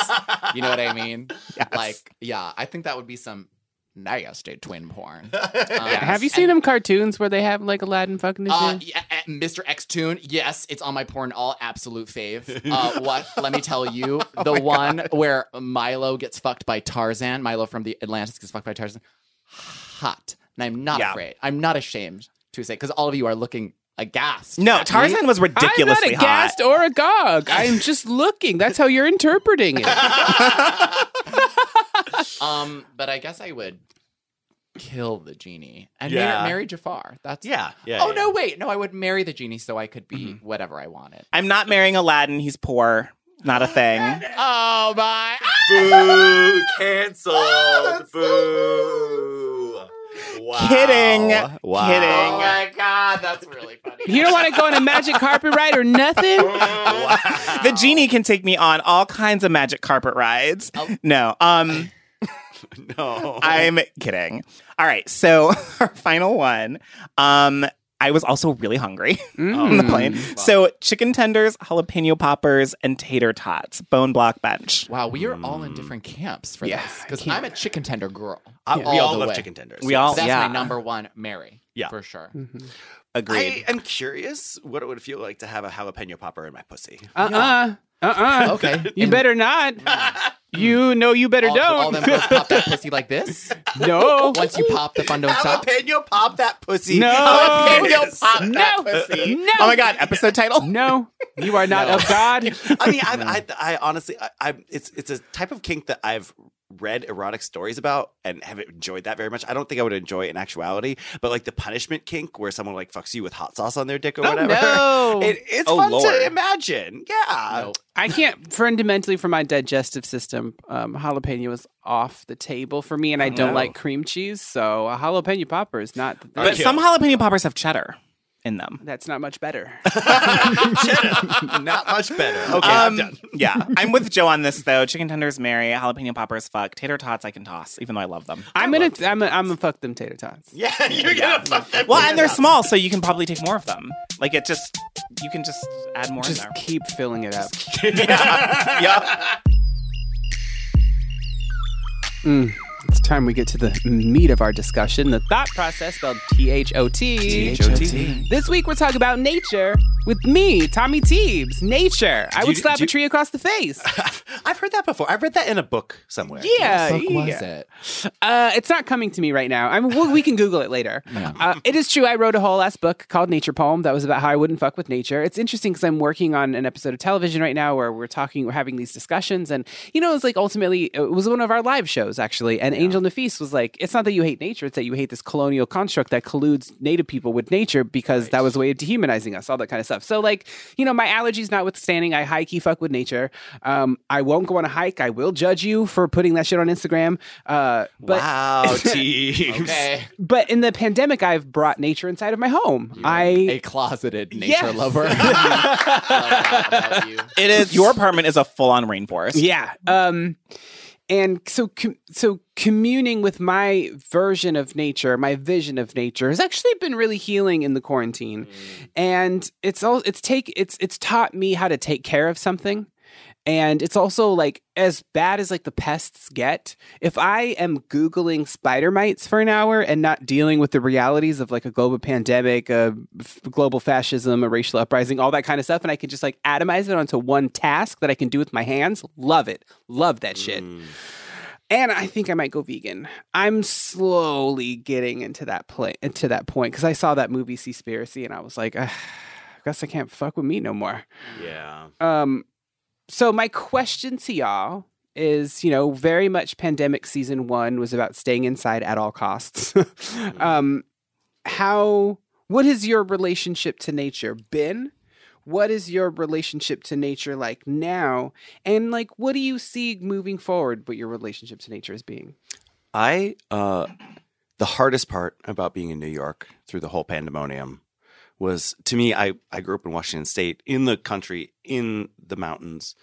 Speaker 4: You know what I mean? Like, yeah, I think that would be some nasty twin porn. Um,
Speaker 3: Have you seen them cartoons where they have like Aladdin fucking the
Speaker 4: Uh,
Speaker 3: shit?
Speaker 4: yeah, uh, Mr. X Tune, yes, it's on my porn all absolute fave. Uh, what? Let me tell you,
Speaker 7: Oh
Speaker 4: the one where Milo gets fucked by Tarzan, Milo from the Atlantis gets fucked by Tarzan. Hot, and I'm not
Speaker 7: Yeah.
Speaker 4: afraid. I'm not ashamed to say because all of you are looking aghast. at
Speaker 7: No,
Speaker 4: me.
Speaker 7: Tarzan was
Speaker 3: I'm not
Speaker 7: ridiculously hot.
Speaker 3: aghast or agog. I'm just looking. That's how you're interpreting it.
Speaker 4: Um, but I guess I would kill the genie and
Speaker 5: Yeah.
Speaker 4: mar- marry Jafar. That's
Speaker 5: Yeah, yeah.
Speaker 4: Oh
Speaker 5: yeah.
Speaker 4: no, wait, no, I would marry the genie so I could be
Speaker 7: Mm-hmm.
Speaker 4: whatever I wanted.
Speaker 7: I'm not marrying Aladdin. He's poor. Not a thing.
Speaker 4: Oh my.
Speaker 5: Boo! Cancelled. Boo! Wow.
Speaker 7: Kidding.
Speaker 5: Wow.
Speaker 4: Oh
Speaker 7: Kidding.
Speaker 4: my god, that's really funny.
Speaker 3: You don't want to go on a magic carpet ride or nothing.
Speaker 7: The genie can take me on all kinds of magic carpet rides.
Speaker 4: Oh.
Speaker 7: No, um,
Speaker 5: No.
Speaker 7: I'm kidding. All right, so our final one. Um, I was also really hungry on
Speaker 4: Mm.
Speaker 7: the plane. So chicken tenders, jalapeno poppers, and tater tots. Bone block bench.
Speaker 4: Wow, we are all
Speaker 5: Mm.
Speaker 4: in different camps for
Speaker 3: Yeah,
Speaker 4: this
Speaker 3: I
Speaker 4: because
Speaker 3: can't-
Speaker 4: I'm a chicken tender girl.
Speaker 5: I- we all
Speaker 4: the
Speaker 5: love
Speaker 4: way.
Speaker 5: chicken tenders.
Speaker 7: We all
Speaker 4: That's
Speaker 7: yeah,
Speaker 4: my number one, Mary.
Speaker 5: Yeah.
Speaker 4: for sure.
Speaker 5: Mm-hmm. I
Speaker 7: agreed.
Speaker 5: am curious what it would feel like to have a jalapeno popper in my pussy.
Speaker 3: Uh uh-uh. uh. Uh uh.
Speaker 4: Okay,
Speaker 3: You better not. You know you better
Speaker 4: all, all them
Speaker 3: don't.
Speaker 4: girls pop that pussy like this.
Speaker 3: no.
Speaker 4: Once you pop, the fun don't stop.
Speaker 5: Jalapeno pop that pussy.
Speaker 3: No.
Speaker 5: Jalapeno pop
Speaker 3: No.
Speaker 5: that pussy.
Speaker 3: No.
Speaker 5: Oh my god, episode title.
Speaker 3: No. You are not of God.
Speaker 5: I mean, I, I, I honestly, I, I, it's it's a type of kink that I've read erotic stories about and haven't enjoyed that very much. I don't think I would enjoy it in actuality, but like the punishment kink where someone like fucks you with hot sauce on their dick or whatever.
Speaker 3: no.
Speaker 5: It, it's
Speaker 7: Oh,
Speaker 5: fun
Speaker 7: Lord.
Speaker 5: to imagine. Yeah.
Speaker 4: Nope.
Speaker 3: I can't fundamentally for my digestive system. Um, jalapeno is off the table for me, and I don't
Speaker 7: no.
Speaker 3: like cream cheese, so a jalapeno popper is not. The thing.
Speaker 7: But
Speaker 5: you.
Speaker 7: some jalapeno poppers have cheddar in them.
Speaker 3: that's not much better.
Speaker 5: Not much better. Okay, I'm done.
Speaker 7: yeah, Um, I'm with Joe on this though. Chicken tenders, marry. Jalapeno poppers, fuck. Tater tots, I can toss, even though I love them.
Speaker 3: I'm gonna, I'm gonna, I'm gonna fuck them tater tots.
Speaker 5: Yeah, you're gonna fuck that.
Speaker 7: Well, and they're small, so you can probably take more of them. Like it just, you can just add more
Speaker 3: Just
Speaker 7: in there.
Speaker 3: keep filling it up.
Speaker 5: yeah.
Speaker 3: Mm, It's time we get to the meat of our discussion. The thought process spelled T H O T.
Speaker 7: H-O-T.
Speaker 3: This week we're talking about nature with me, Tommy Teebs. Nature. I would
Speaker 5: you-
Speaker 3: slap
Speaker 5: do
Speaker 3: a
Speaker 5: you-
Speaker 3: tree across the face.
Speaker 5: I've heard that before. I read that in a book somewhere.
Speaker 3: Yeah,
Speaker 4: Fuck was
Speaker 3: yeah.
Speaker 4: it?
Speaker 3: Uh, it's not coming to me right now. I mean, we we can Google it later. Uh, it is true. I wrote a whole ass book called Nature Poem that was about how I wouldn't fuck with nature. It's interesting because I'm working on an episode of television right now where we're talking, we're having these discussions, and you know, it's like ultimately it was one of our live shows actually, and Angel Nafis was like, "It's not that you hate nature; it's that you hate this colonial construct that colludes Native people with nature because that was a way of dehumanizing us, all that kind of stuff." So, like, you know, my allergies notwithstanding, I high key fuck with nature. Um, I won't go on a hike. I will judge you for putting that shit on Instagram. Uh, but
Speaker 5: wow, teams.
Speaker 4: Okay.
Speaker 3: but in the pandemic, I've brought nature inside of my home.
Speaker 4: A
Speaker 3: I
Speaker 4: closeted nature
Speaker 3: Yes.
Speaker 4: lover. Oh, Love that about you.
Speaker 7: It is your apartment is a full on rainforest.
Speaker 3: yeah. Um, and so com- so communing with my version of nature, my vision of nature has actually been really healing in the quarantine, and it's all it's take it's it's taught me how to take care of something. And it's also like as bad as like the pests get. If I am googling spider mites for an hour and not dealing with the realities of like a global pandemic, a f- global fascism, a racial uprising, all that kind of stuff, and I can just like atomize it onto one task that I can do with my hands, love it, love that shit. And I think I might go vegan. I'm slowly getting into that play into that point because I saw that movie Seaspiracy and I was like, "Ah, I guess I can't fuck with meat no more.
Speaker 5: Yeah.
Speaker 3: Um, so my question to y'all is, you know, very much pandemic season one was about staying inside at all costs.
Speaker 7: Mm-hmm.
Speaker 3: um, how what has your relationship to nature been? What is your relationship to nature like now? And like what do you see moving forward what your relationship to nature is being?
Speaker 5: I uh the hardest part about being in New York through the whole pandemonium was to me I I grew up in Washington state in the country in the mountains.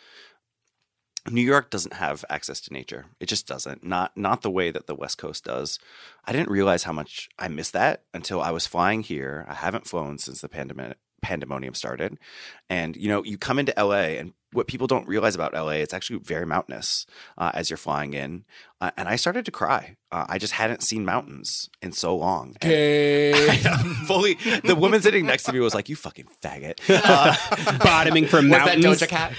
Speaker 5: New York doesn't have access to nature. It just doesn't. Not not the way that the West Coast does. I didn't realize how much I missed that until I was flying here. I haven't flown since the pandemic pandemonium started. And you know, you come into LA and what people don't realize about LA, it's actually very mountainous uh, as you're flying in. Uh, and I started to cry. Uh, I just hadn't seen mountains in so long. And- um, fully, the woman sitting next to me was like, "You fucking faggot." Uh,
Speaker 3: Bottoming from
Speaker 4: Was that Doja Cat?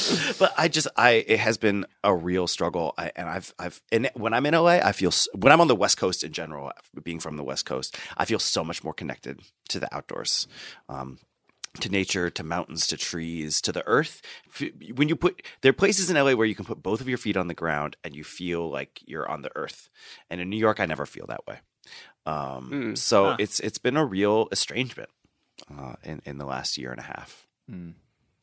Speaker 5: but I just I it has been a real struggle, I, and I've I've and when I'm in LA, I feel s- when I'm on the West Coast in general, being from the West Coast, I feel so much more connected to the outdoors. Um, to nature, to mountains, to trees, to the earth. F- When you put there are places in LA where you can put both of your feet on the ground and you feel like you're on the earth. And in New York, I never feel that way. Um, so it's it's been a real estrangement uh, in in the last year and a half.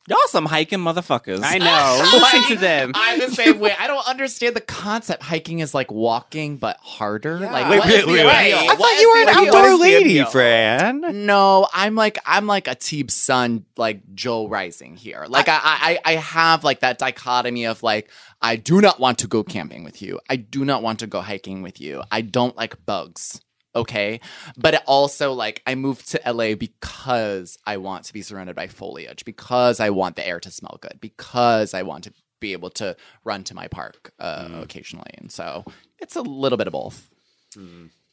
Speaker 7: Y'all some hiking motherfuckers.
Speaker 3: I know. Listen to them.
Speaker 4: I'm the same way. I don't understand the concept. Hiking is like walking, but harder. Like,
Speaker 5: Wait,
Speaker 4: what
Speaker 5: wait,
Speaker 4: is the
Speaker 5: wait, wait.
Speaker 4: appeal?
Speaker 5: I
Speaker 4: What
Speaker 5: thought
Speaker 4: is
Speaker 5: you
Speaker 4: the
Speaker 5: were an
Speaker 4: appeal?
Speaker 5: outdoor
Speaker 4: What is the
Speaker 5: lady,
Speaker 4: appeal?
Speaker 5: Fran.
Speaker 4: No, I'm like I'm like a Teeb's son, like Joel Rising here. Like I, I, I I have like that dichotomy of like I do not want to go camping with you. I do not want to go hiking with you. I don't like bugs. Okay, but it also like I moved to LA because I want to be surrounded by foliage, because I want the air to smell good, because I want to be able to run to my park uh, occasionally, and so it's a little bit of both.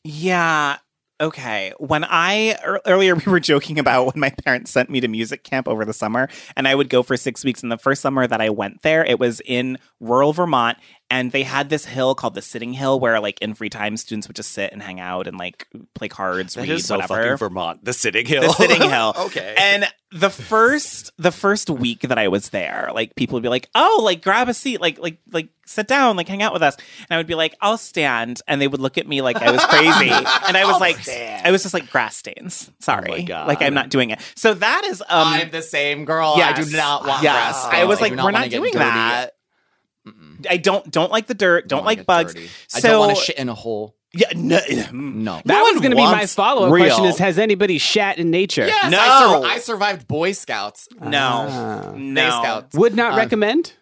Speaker 7: Yeah. Okay. When I ear- earlier we were joking about when my parents sent me to music camp over the summer, and I would go for six weeks. And the first summer that I went there, it was in rural Vermont, and they had this hill called the Sitting Hill, where like in free time, students would just sit and hang out and like play cards,
Speaker 5: That
Speaker 7: read,
Speaker 5: is so
Speaker 7: whatever.
Speaker 5: fucking Vermont. The sitting hill.
Speaker 7: The sitting hill.
Speaker 5: okay.
Speaker 7: And the first the first week that I was there, like people would be like, "Oh, like grab a seat, like like like sit down, like hang out with us." And I would be like, "I'll stand," and they would look at me like I was crazy, and I was like, "I was just like grass stains. Sorry,
Speaker 5: God.
Speaker 7: like I'm not doing it." So that is um.
Speaker 4: I'm the same girl. I
Speaker 7: yes.
Speaker 4: do not want
Speaker 7: Yes.
Speaker 4: grass.
Speaker 7: I was
Speaker 4: stains.
Speaker 7: like,
Speaker 4: do not
Speaker 7: we're not
Speaker 4: wanna get
Speaker 7: doing
Speaker 4: dirty.
Speaker 7: that.
Speaker 4: Mm-mm.
Speaker 7: I don't don't like the dirt. Don't,
Speaker 4: wanna
Speaker 7: like
Speaker 4: get
Speaker 7: bugs.
Speaker 4: dirty.
Speaker 7: So
Speaker 4: I don't want to shit in a hole.
Speaker 7: yeah, no,
Speaker 4: No. hmm.
Speaker 3: That
Speaker 7: No
Speaker 3: was
Speaker 7: one
Speaker 3: going to be my
Speaker 7: wants
Speaker 3: follow up
Speaker 7: real.
Speaker 3: question: Is has anybody shat in nature?
Speaker 4: Yes, I,
Speaker 7: No.
Speaker 4: sur- I survived Boy Scouts.
Speaker 7: no,
Speaker 3: Ah.
Speaker 7: no.
Speaker 4: Boy Scouts.
Speaker 3: Would
Speaker 7: Uh.
Speaker 3: not recommend.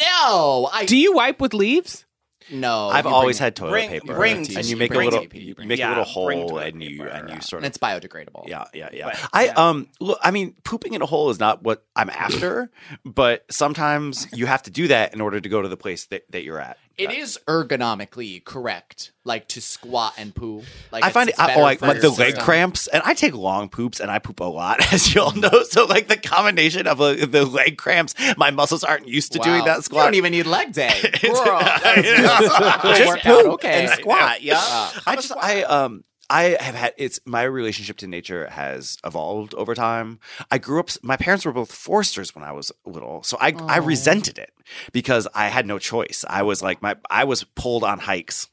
Speaker 4: No, I
Speaker 3: Do you wipe with leaves?
Speaker 4: no.
Speaker 5: I've
Speaker 4: you
Speaker 5: always
Speaker 4: bring-
Speaker 5: had toilet
Speaker 7: bring-
Speaker 5: paper,
Speaker 7: bring
Speaker 5: and
Speaker 7: tissue,
Speaker 5: you make a
Speaker 7: bring
Speaker 5: little,
Speaker 4: tissue,
Speaker 5: you
Speaker 4: bring-
Speaker 5: make a
Speaker 7: yeah,
Speaker 5: little
Speaker 7: bring
Speaker 5: hole,
Speaker 7: toilet
Speaker 5: and you
Speaker 7: paper.
Speaker 5: and you
Speaker 4: and
Speaker 5: sort of
Speaker 4: it's biodegradable.
Speaker 5: Yeah, yeah, yeah.
Speaker 7: But-
Speaker 5: I
Speaker 7: yeah.
Speaker 5: um look, I mean, pooping in a hole is not what I'm after, but sometimes you have to do that in order to go to the place that, that you're at.
Speaker 4: It is ergonomically correct, like to squat and poo. Like
Speaker 5: I find
Speaker 4: it's-
Speaker 5: it
Speaker 4: it's
Speaker 5: I-
Speaker 4: better
Speaker 5: oh, like
Speaker 4: for
Speaker 5: like
Speaker 4: your
Speaker 5: the leg
Speaker 4: system.
Speaker 5: cramps, and I take long poops, and I poop a lot, as you all know. So like the combination of uh, the leg cramps, my muscles aren't used to
Speaker 4: Wow.
Speaker 5: doing that
Speaker 4: You
Speaker 5: squat.
Speaker 4: don't even need leg day, girl.
Speaker 5: Just
Speaker 4: workout,
Speaker 5: poop
Speaker 4: okay.
Speaker 5: and squat. Yeah,
Speaker 4: Yeah.
Speaker 5: I just I um I have had it's my relationship to nature has evolved over time. I grew up. My parents were both foresters when I was little, so I I resented it because I had no choice. I was like my I was pulled on hikes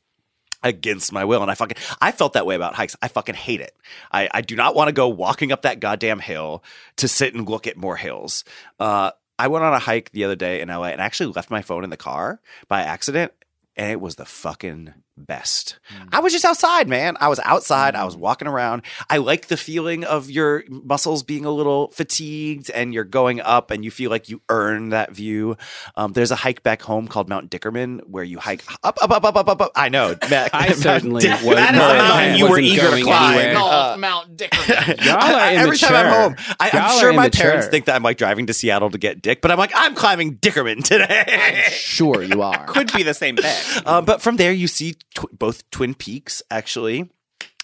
Speaker 5: against my will. And I fucking I felt that way about hikes. I fucking hate it. I, I do not want to go walking up that goddamn hill to sit and look at more hills. Uh, I went on a hike the other day in LA and I actually left my phone in the car by accident. And it was the fucking best. I was just outside, man. I was outside. I was walking around. I like the feeling of your muscles being a little fatigued and you're going up and you feel like you earn that view. Um, there's a hike back home called Mount Dickerman where you hike up, up, up, up, up, up, up. I know. Matt,
Speaker 3: I certainly
Speaker 5: Dick-
Speaker 3: would
Speaker 5: That is
Speaker 3: not.
Speaker 5: the mountain
Speaker 3: I
Speaker 5: you were
Speaker 3: wasn't
Speaker 5: eager to
Speaker 3: going
Speaker 5: climb.
Speaker 3: anywhere.
Speaker 4: Called
Speaker 5: Uh,
Speaker 4: Mount Dickerman.
Speaker 3: Y'all are
Speaker 5: I- every time I'm
Speaker 3: immature.
Speaker 5: home, I,
Speaker 3: Y'all
Speaker 5: I'm
Speaker 3: are
Speaker 5: sure my
Speaker 3: immature.
Speaker 5: parents think that I'm like driving to Seattle to get dick, but I'm like, I'm climbing Dickerman today.
Speaker 4: sure you are.
Speaker 7: Could be the same thing.
Speaker 5: Uh, but from there, you see tw- both Twin Peaks, actually.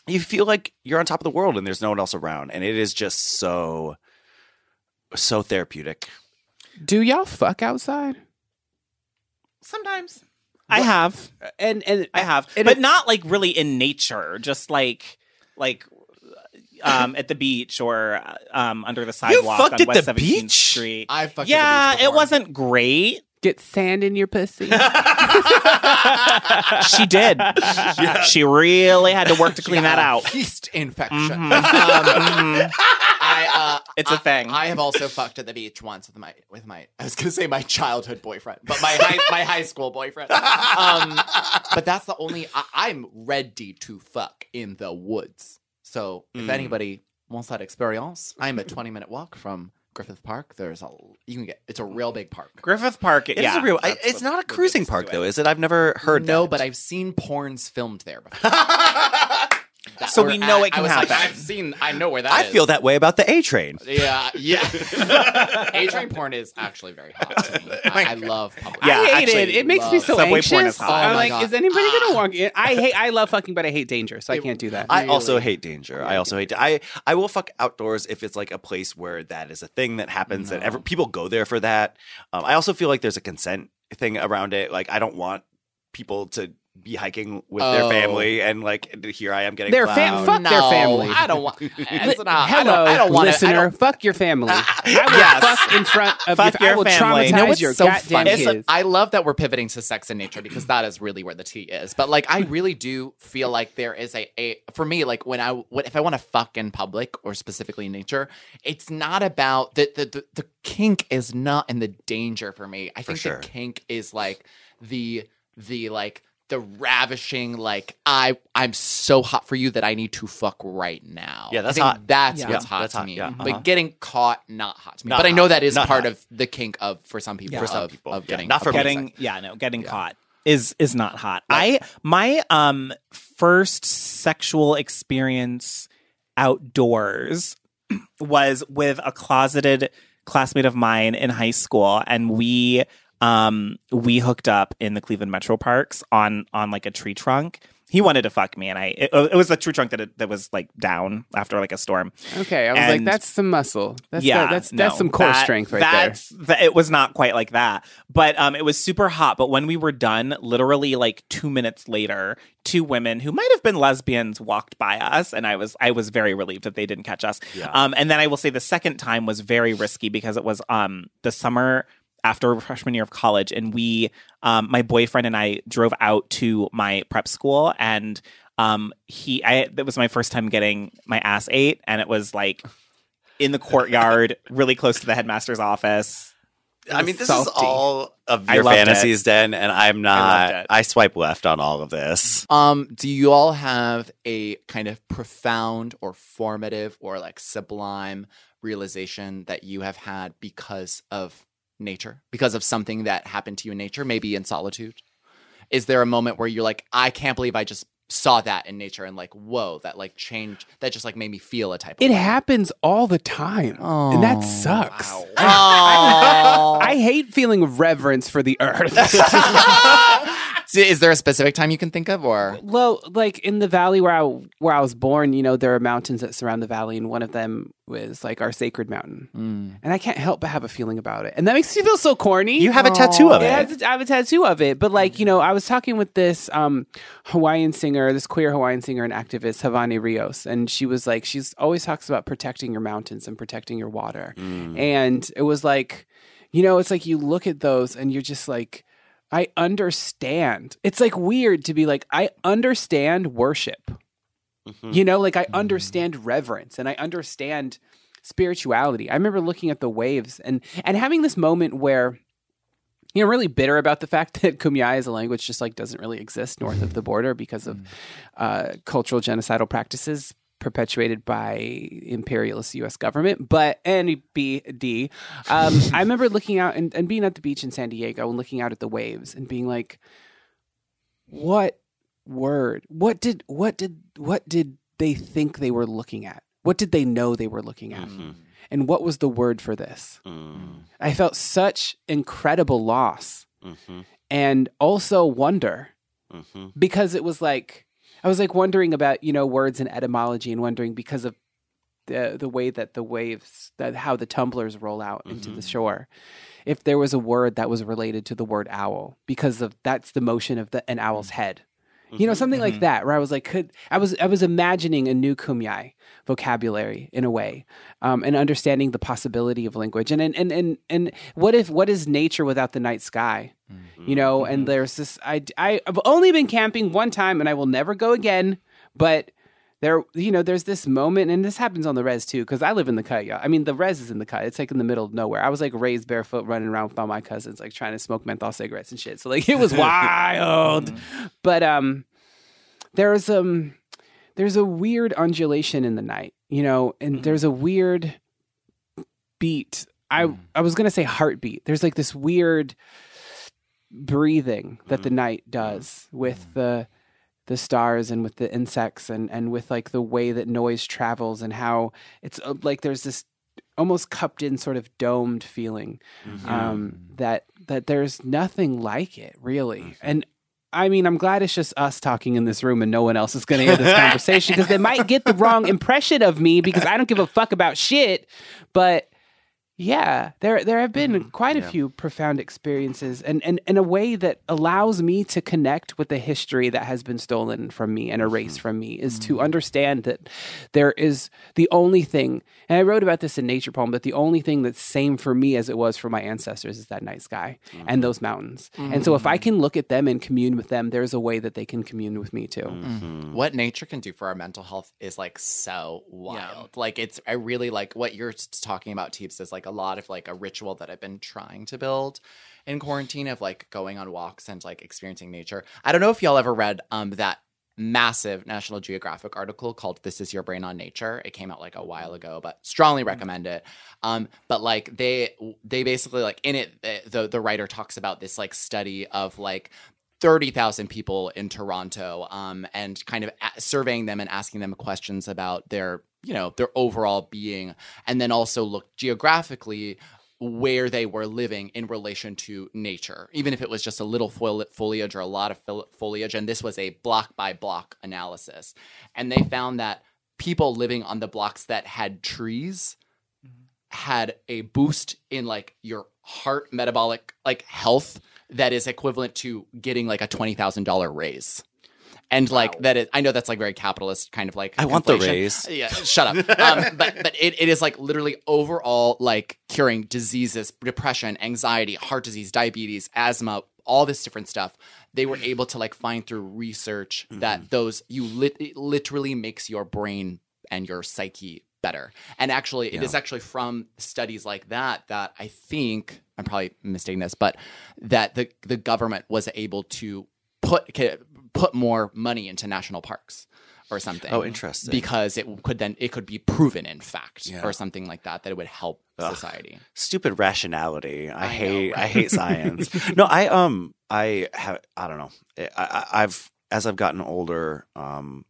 Speaker 5: You feel like you're on top of the world and there's no one else around. And it is just so, so therapeutic.
Speaker 3: Do y'all fuck outside?
Speaker 7: Sometimes I have.
Speaker 3: And and
Speaker 7: I have,
Speaker 3: and
Speaker 7: but
Speaker 3: it-
Speaker 7: not like really in nature. Just like like um at the beach or um under the sidewalk
Speaker 5: fucked
Speaker 7: on
Speaker 5: at
Speaker 7: West
Speaker 5: the
Speaker 7: 17th
Speaker 5: beach?
Speaker 7: Street.
Speaker 4: I fucked at the
Speaker 7: yeah,
Speaker 4: beach before.
Speaker 7: it wasn't great.
Speaker 3: get sand in your pussy.
Speaker 7: She did. She really had to work to clean that
Speaker 4: Uh,
Speaker 7: out.
Speaker 4: Yeast infection.
Speaker 7: Mhm.
Speaker 4: Um,
Speaker 7: Mhm.
Speaker 4: I, uh,
Speaker 7: It's a
Speaker 4: I-
Speaker 7: thing.
Speaker 4: I have also fucked at the beach once with my with my. I was gonna say my childhood boyfriend, but my high, my high school boyfriend. Um, but that's the only I, I'm ready to fuck in the woods. So if
Speaker 5: Mm.
Speaker 4: anybody wants that experience, I'm a 20 minute walk from Griffith Park. There's a you can get it's a real big park.
Speaker 7: Griffith Park.
Speaker 5: It is
Speaker 7: yeah,
Speaker 5: a real. I-
Speaker 7: that's
Speaker 5: it's
Speaker 7: what
Speaker 5: not a
Speaker 7: we'll
Speaker 5: cruising
Speaker 7: get
Speaker 5: park
Speaker 7: to
Speaker 5: though,
Speaker 7: it.
Speaker 5: is it? I've never heard.
Speaker 4: no,
Speaker 5: that.
Speaker 4: but I've seen porns filmed there before. That
Speaker 7: So
Speaker 4: we're
Speaker 7: we know
Speaker 4: at-
Speaker 7: it can
Speaker 4: I was like,
Speaker 7: happen.
Speaker 4: I've seen. I know where that
Speaker 5: I
Speaker 4: is.
Speaker 5: feel that way about the A train.
Speaker 4: Yeah, yeah. Adrian porn is actually very hot. To me. I, I love public.
Speaker 7: Yeah,
Speaker 3: I hate it.
Speaker 7: actually
Speaker 3: It makes me
Speaker 4: love-
Speaker 3: so
Speaker 7: Subway
Speaker 3: anxious.
Speaker 7: porn is hot.
Speaker 4: Oh
Speaker 3: I'm
Speaker 4: my
Speaker 3: like,
Speaker 4: God. Ah.
Speaker 3: is anybody gonna walk in? I hate. I love fucking, but I hate danger, so I
Speaker 4: It-
Speaker 3: can't do that.
Speaker 5: I
Speaker 4: Really?
Speaker 5: also hate danger. I also hate. I I will fuck outdoors if it's like a place where that is a thing that happens. That ever people go there for that. Um, I also feel like there's a consent thing around it. Like I don't want people to be hiking with
Speaker 4: Oh.
Speaker 5: their family and like here I am getting
Speaker 3: Their fam-
Speaker 5: plowed.
Speaker 3: fuck their family.
Speaker 4: I don't want. It's
Speaker 3: Li-
Speaker 4: not, I
Speaker 3: Hello,
Speaker 4: don't, I don't want
Speaker 3: listener.
Speaker 4: It. I don't, Ah,
Speaker 3: fuck your family. I will
Speaker 7: Yes.
Speaker 3: fuck in front of
Speaker 7: Fuck
Speaker 3: your, I
Speaker 7: your
Speaker 3: will
Speaker 7: family.
Speaker 4: you
Speaker 3: traumatize
Speaker 4: know what's
Speaker 3: your
Speaker 4: so
Speaker 3: goddamn
Speaker 4: funny?
Speaker 3: kids.
Speaker 4: It's- I love that we're pivoting to sex and nature because that is really where the tea is. But like, I really do feel like there is a, a for me, like when I when, if I want to fuck in public or specifically in nature, it's not about the the the, the kink is not in the danger for me. I think
Speaker 5: sure.
Speaker 4: the kink is like the the like the ravishing like I I'm so hot for you that I need to fuck right now.
Speaker 5: Yeah,
Speaker 4: I
Speaker 5: that's
Speaker 4: think
Speaker 5: hot.
Speaker 4: That's
Speaker 5: Yeah.
Speaker 4: what's
Speaker 5: Yeah,
Speaker 4: hot
Speaker 5: that's
Speaker 4: to
Speaker 5: hot.
Speaker 4: me.
Speaker 5: Yeah, uh-huh.
Speaker 4: But getting caught, not hot to me.
Speaker 5: Not
Speaker 4: but I know
Speaker 5: hot.
Speaker 4: that is
Speaker 5: Not
Speaker 4: part
Speaker 5: hot.
Speaker 4: of the kink of for some people
Speaker 7: Yeah.
Speaker 4: for
Speaker 5: some
Speaker 4: of,
Speaker 5: people,
Speaker 4: of
Speaker 5: yeah.
Speaker 4: getting
Speaker 5: Not for me.
Speaker 4: getting
Speaker 7: getting yeah no getting caught is is not hot i my um first sexual experience outdoors was with a closeted classmate of mine in high school and we um we hooked up in the cleveland metro parks on on like a tree trunk He wanted to fuck me, and I. It, it was the true trunk that it, that was like down after like a storm.
Speaker 3: Okay, I was like,
Speaker 7: And-
Speaker 3: that's some muscle. That's
Speaker 7: yeah,
Speaker 3: that- that's that's
Speaker 7: no,
Speaker 3: some core
Speaker 7: that-
Speaker 3: strength right
Speaker 7: that's, That, it was not quite like that, but um, it was super hot. But when we were done, literally like two minutes later, two women who might have been lesbians walked by us, and I was I was very relieved that they didn't catch us. Um, and then I will say the second time was very risky because it was um the summer after freshman year of college, and we um my boyfriend and I drove out to my prep school and. Um, he, I, that was my first time getting my ass ate, and it was like in the courtyard, really close to the headmaster's office.
Speaker 5: I mean, this
Speaker 3: Salty.
Speaker 5: is all of
Speaker 7: I
Speaker 5: your
Speaker 7: loved it.
Speaker 5: fantasies, Den, and I'm not.
Speaker 7: loved it.
Speaker 5: I swipe left on all of this.
Speaker 4: Um, do you all have a kind of profound or formative or like sublime realization that you have had because of nature, because of something that happened to you in nature, maybe in solitude? Is there a moment where you're like, I can't believe I just saw that in nature and like, whoa, that like changed, that just like made me feel a type
Speaker 3: there. It
Speaker 4: of way.
Speaker 3: happens all the time, and that sucks.
Speaker 4: Oh, Wow.
Speaker 3: I hate feeling reverence for the earth.
Speaker 4: So Is there a specific time you can think of or?
Speaker 3: well, like in the valley where I where I was born, you know, there are mountains that surround the valley, and one of them was like our sacred mountain. And I can't help but have a feeling about it, and that makes you feel so corny.
Speaker 5: You have a tattoo of
Speaker 3: Yeah, I
Speaker 5: it.
Speaker 3: have, a- I have a tattoo of it, but like you know, I was talking with this um, Hawaiian singer, this queer Hawaiian singer and activist, Havani Rios, and she was like, she's always talks about protecting your mountains and protecting your water,
Speaker 5: Mm.
Speaker 3: and it was like, you know, it's like you look at those and you're just like, I understand. It's like weird to be like, I understand worship.
Speaker 5: Mm-hmm.
Speaker 3: You know, like I understand reverence and I understand spirituality. I remember looking at the waves and and having this moment where you know, really bitter about the fact that Kumeyaay as a language just like doesn't really exist north of the border because of uh, cultural genocidal practices perpetuated by imperialist U.S. government. But NBD, um, I remember looking out and, and being at the beach in San Diego and looking out at the waves and being like, what word? What did what did what did they think they were looking at? What did they know they were looking at?
Speaker 5: Mm.
Speaker 3: And what was the word for this?
Speaker 5: Mm-hmm.
Speaker 3: I felt such incredible loss
Speaker 5: Mm-hmm.
Speaker 3: and also wonder because it was like I was like wondering about you know words and etymology and wondering because of the the way that the waves that how the tumblers roll out into the shore if there was a word that was related to the word owl because of that's the motion of the an owl's head you know something like that where i was like could i was i was imagining a new kumyai vocabulary in a way um, and understanding the possibility of language and and, and and and what if what is nature without the night sky you know and there's this I, I i've only been camping one time and i will never go again but there you know there's this moment and this happens on the res too because i live in the cut y'all i mean the res is in the cut it's like in the middle of nowhere i was like raised barefoot running around with all my cousins like trying to smoke menthol cigarettes and shit so like it was wild but um there's um there's a weird undulation in the night you know and there's a weird beat i i was gonna say heartbeat there's like this weird breathing that the night does with the the stars and with the insects and and with like the way that noise travels and how it's uh, like there's this almost cupped in sort of domed feeling um that that there's nothing like it really and I mean, I'm glad it's just us talking in this room and no one else is going to hear this conversation because they might get the wrong impression of me because I don't give a fuck about shit. But yeah, there there have been
Speaker 5: Mm-hmm.
Speaker 3: quite a few profound experiences and and in a way that allows me to connect with the history that has been stolen from me and
Speaker 5: Mm-hmm.
Speaker 3: erased from me is to understand that there is the only thing and I wrote about this in Nature Poem, but the only thing that's same for me as it was for my ancestors is that night sky
Speaker 5: Mm-hmm.
Speaker 3: and those mountains. And so if I can look at them and commune with them, there's a way that they can commune with me too.
Speaker 5: Mm.
Speaker 4: what nature can do for our mental health is like so wild. Like it's I really like what you're s- talking about, Teeps, is like a lot of like a ritual that I've been trying to build in quarantine of like going on walks and like experiencing nature. I don't know if y'all ever read um that massive National Geographic article called This Is Your Brain on Nature. It came out like a while ago, but strongly recommend it. Um but like they they basically like in it the the, the writer talks about this like study of like 30,000 people in Toronto um, and kind of a- surveying them and asking them questions about their, you know, their overall being. And then also look geographically where they were living in relation to nature, even if it was just a little foli- foliage or a lot of fil- foliage. And this was a block by block analysis. And they found that people living on the blocks that had trees had a boost in like your heart metabolic like health that is equivalent to getting like a $20,000 raise. And like that is, I know that's like very capitalist kind of like.
Speaker 5: I want the
Speaker 4: inflation.
Speaker 5: raise.
Speaker 4: Yeah, shut up. Um, but but it, it is like literally overall like curing diseases, depression, anxiety, heart disease, diabetes, asthma, all this different stuff. They
Speaker 5: Mm.
Speaker 4: were able to like find through research
Speaker 5: Mm-hmm.
Speaker 4: that those you lit- it literally makes your brain and your psyche better. And actually, it is actually from studies like that that I think I'm probably mistaking this, but that the the government was able to put ca- put more money into national parks or something.
Speaker 5: Oh, interesting.
Speaker 4: Because it could then it could be proven in fact or something like that that it would help society.
Speaker 5: stupid rationality. I,
Speaker 4: I know,
Speaker 5: hate I
Speaker 4: right?
Speaker 5: hate science. no, I um I have I don't know. I, I I've as I've gotten older, um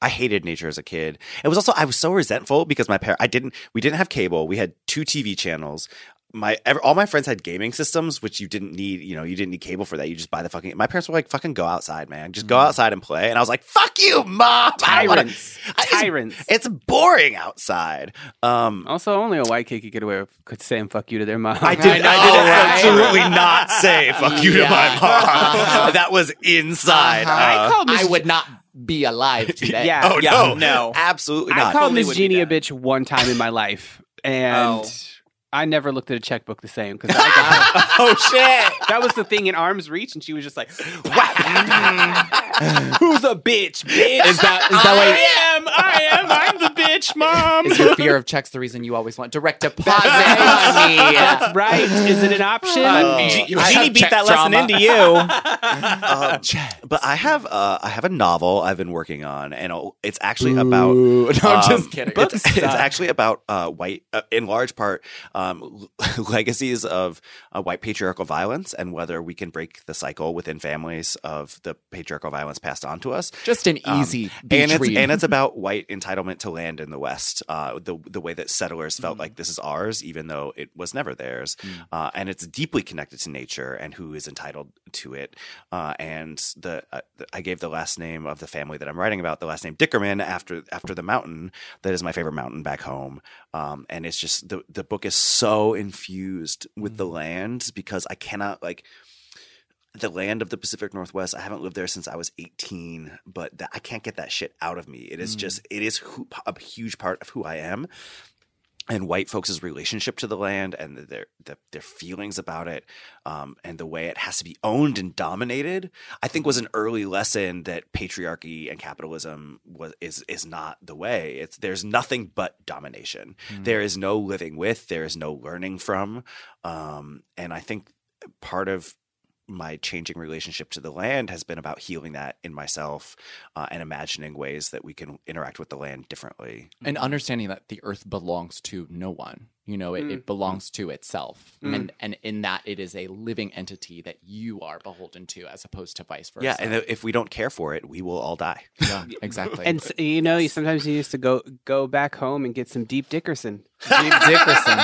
Speaker 5: I hated nature as a kid. It was also I was so resentful because my parents I didn't we didn't have cable. We had two TV channels. My ev all my friends had gaming systems, which you didn't need. You know, you didn't need cable for that. You just buy the fucking. My parents were like, "Fucking go outside, man. Just go outside and play." And I was like, "Fuck you, mom. I don't wanna-
Speaker 3: Tyrants.
Speaker 5: I- it's-
Speaker 3: Tyrants.
Speaker 5: It's boring outside." Um,
Speaker 3: Also, only a white kid could get away with could saying "fuck you" to their mom.
Speaker 5: I did. I,
Speaker 4: know,
Speaker 5: did
Speaker 4: right?
Speaker 5: absolutely not say "fuck you" to my
Speaker 4: Yeah.
Speaker 5: mom. That was inside.
Speaker 4: Uh-huh.
Speaker 5: Uh,
Speaker 3: Oh,
Speaker 4: I would not be alive today.
Speaker 3: Yeah.
Speaker 5: oh
Speaker 7: Yeah,
Speaker 5: no,
Speaker 7: no.
Speaker 5: absolutely
Speaker 3: I
Speaker 5: not.
Speaker 3: called
Speaker 7: Fully
Speaker 3: Miss
Speaker 7: would be
Speaker 3: Jeannie a
Speaker 7: dead.
Speaker 3: bitch one time in my life, and
Speaker 7: Oh.
Speaker 3: I never looked at a checkbook the same because that
Speaker 5: oh shit!
Speaker 3: was the thing in arm's reach, and she was just like, "Wha- "Who's a bitch, bitch?
Speaker 4: Is that is
Speaker 3: I
Speaker 4: that
Speaker 3: am, I am, I'm the bitch,
Speaker 4: why is
Speaker 3: mom."
Speaker 4: your fear of checks the reason you always want direct deposit money?
Speaker 3: That's right. Is it an option?
Speaker 5: Oh.
Speaker 4: Uh, I
Speaker 7: Jeannie
Speaker 4: have
Speaker 7: beat
Speaker 4: check
Speaker 7: that lesson
Speaker 4: trauma.
Speaker 7: into you.
Speaker 5: Um, but I have uh, I have a novel I've been working on, and uh, it's actually about.
Speaker 4: Ooh, no, I'm
Speaker 5: um,
Speaker 4: just kidding.
Speaker 5: It's, it's actually about uh, white, uh, in large part, um, legacies of uh, white patriarchal violence and whether we can break the cycle within families of the patriarchal violence passed on to us.
Speaker 4: just an
Speaker 5: Um,
Speaker 4: easy beach
Speaker 5: and it's,
Speaker 4: read.
Speaker 5: and it's about white entitlement to land in the West, uh, the the way that settlers felt like this is ours, even though it was never theirs, uh, and it's deeply connected to nature and who is entitled to it. Uh, and the uh, I gave the last name of the family that I'm writing about the last name Dickerman after after the mountain that is my favorite mountain back home. Um, and it's just the the book is so infused with the land because I cannot like the land of the Pacific Northwest. I haven't lived there since I was 18, but that, I can't get that shit out of me. It is just, it is who, a huge part of who I am. And white folks' relationship to the land and their their, their feelings about it, um, and the way it has to be owned and dominated, I think was an early lesson that patriarchy and capitalism was is is not the way. It's there's nothing but domination. There is no living with. There is no learning from. Um, and I think part of my changing relationship to the land has been about healing that in myself uh, and imagining ways that we can interact with the land differently.
Speaker 7: Mm-hmm.
Speaker 4: and understanding that the earth belongs to no one you know it,
Speaker 7: Mm-hmm.
Speaker 4: it belongs to itself and and in that it is a living entity that you are beholden to as opposed to vice versa
Speaker 5: Yeah, and if we don't care for it, we will all die.
Speaker 4: Yeah, exactly
Speaker 3: And s- you know, you sometimes you used to go go back home and get some deep Dickerson.
Speaker 4: Steve Dickerson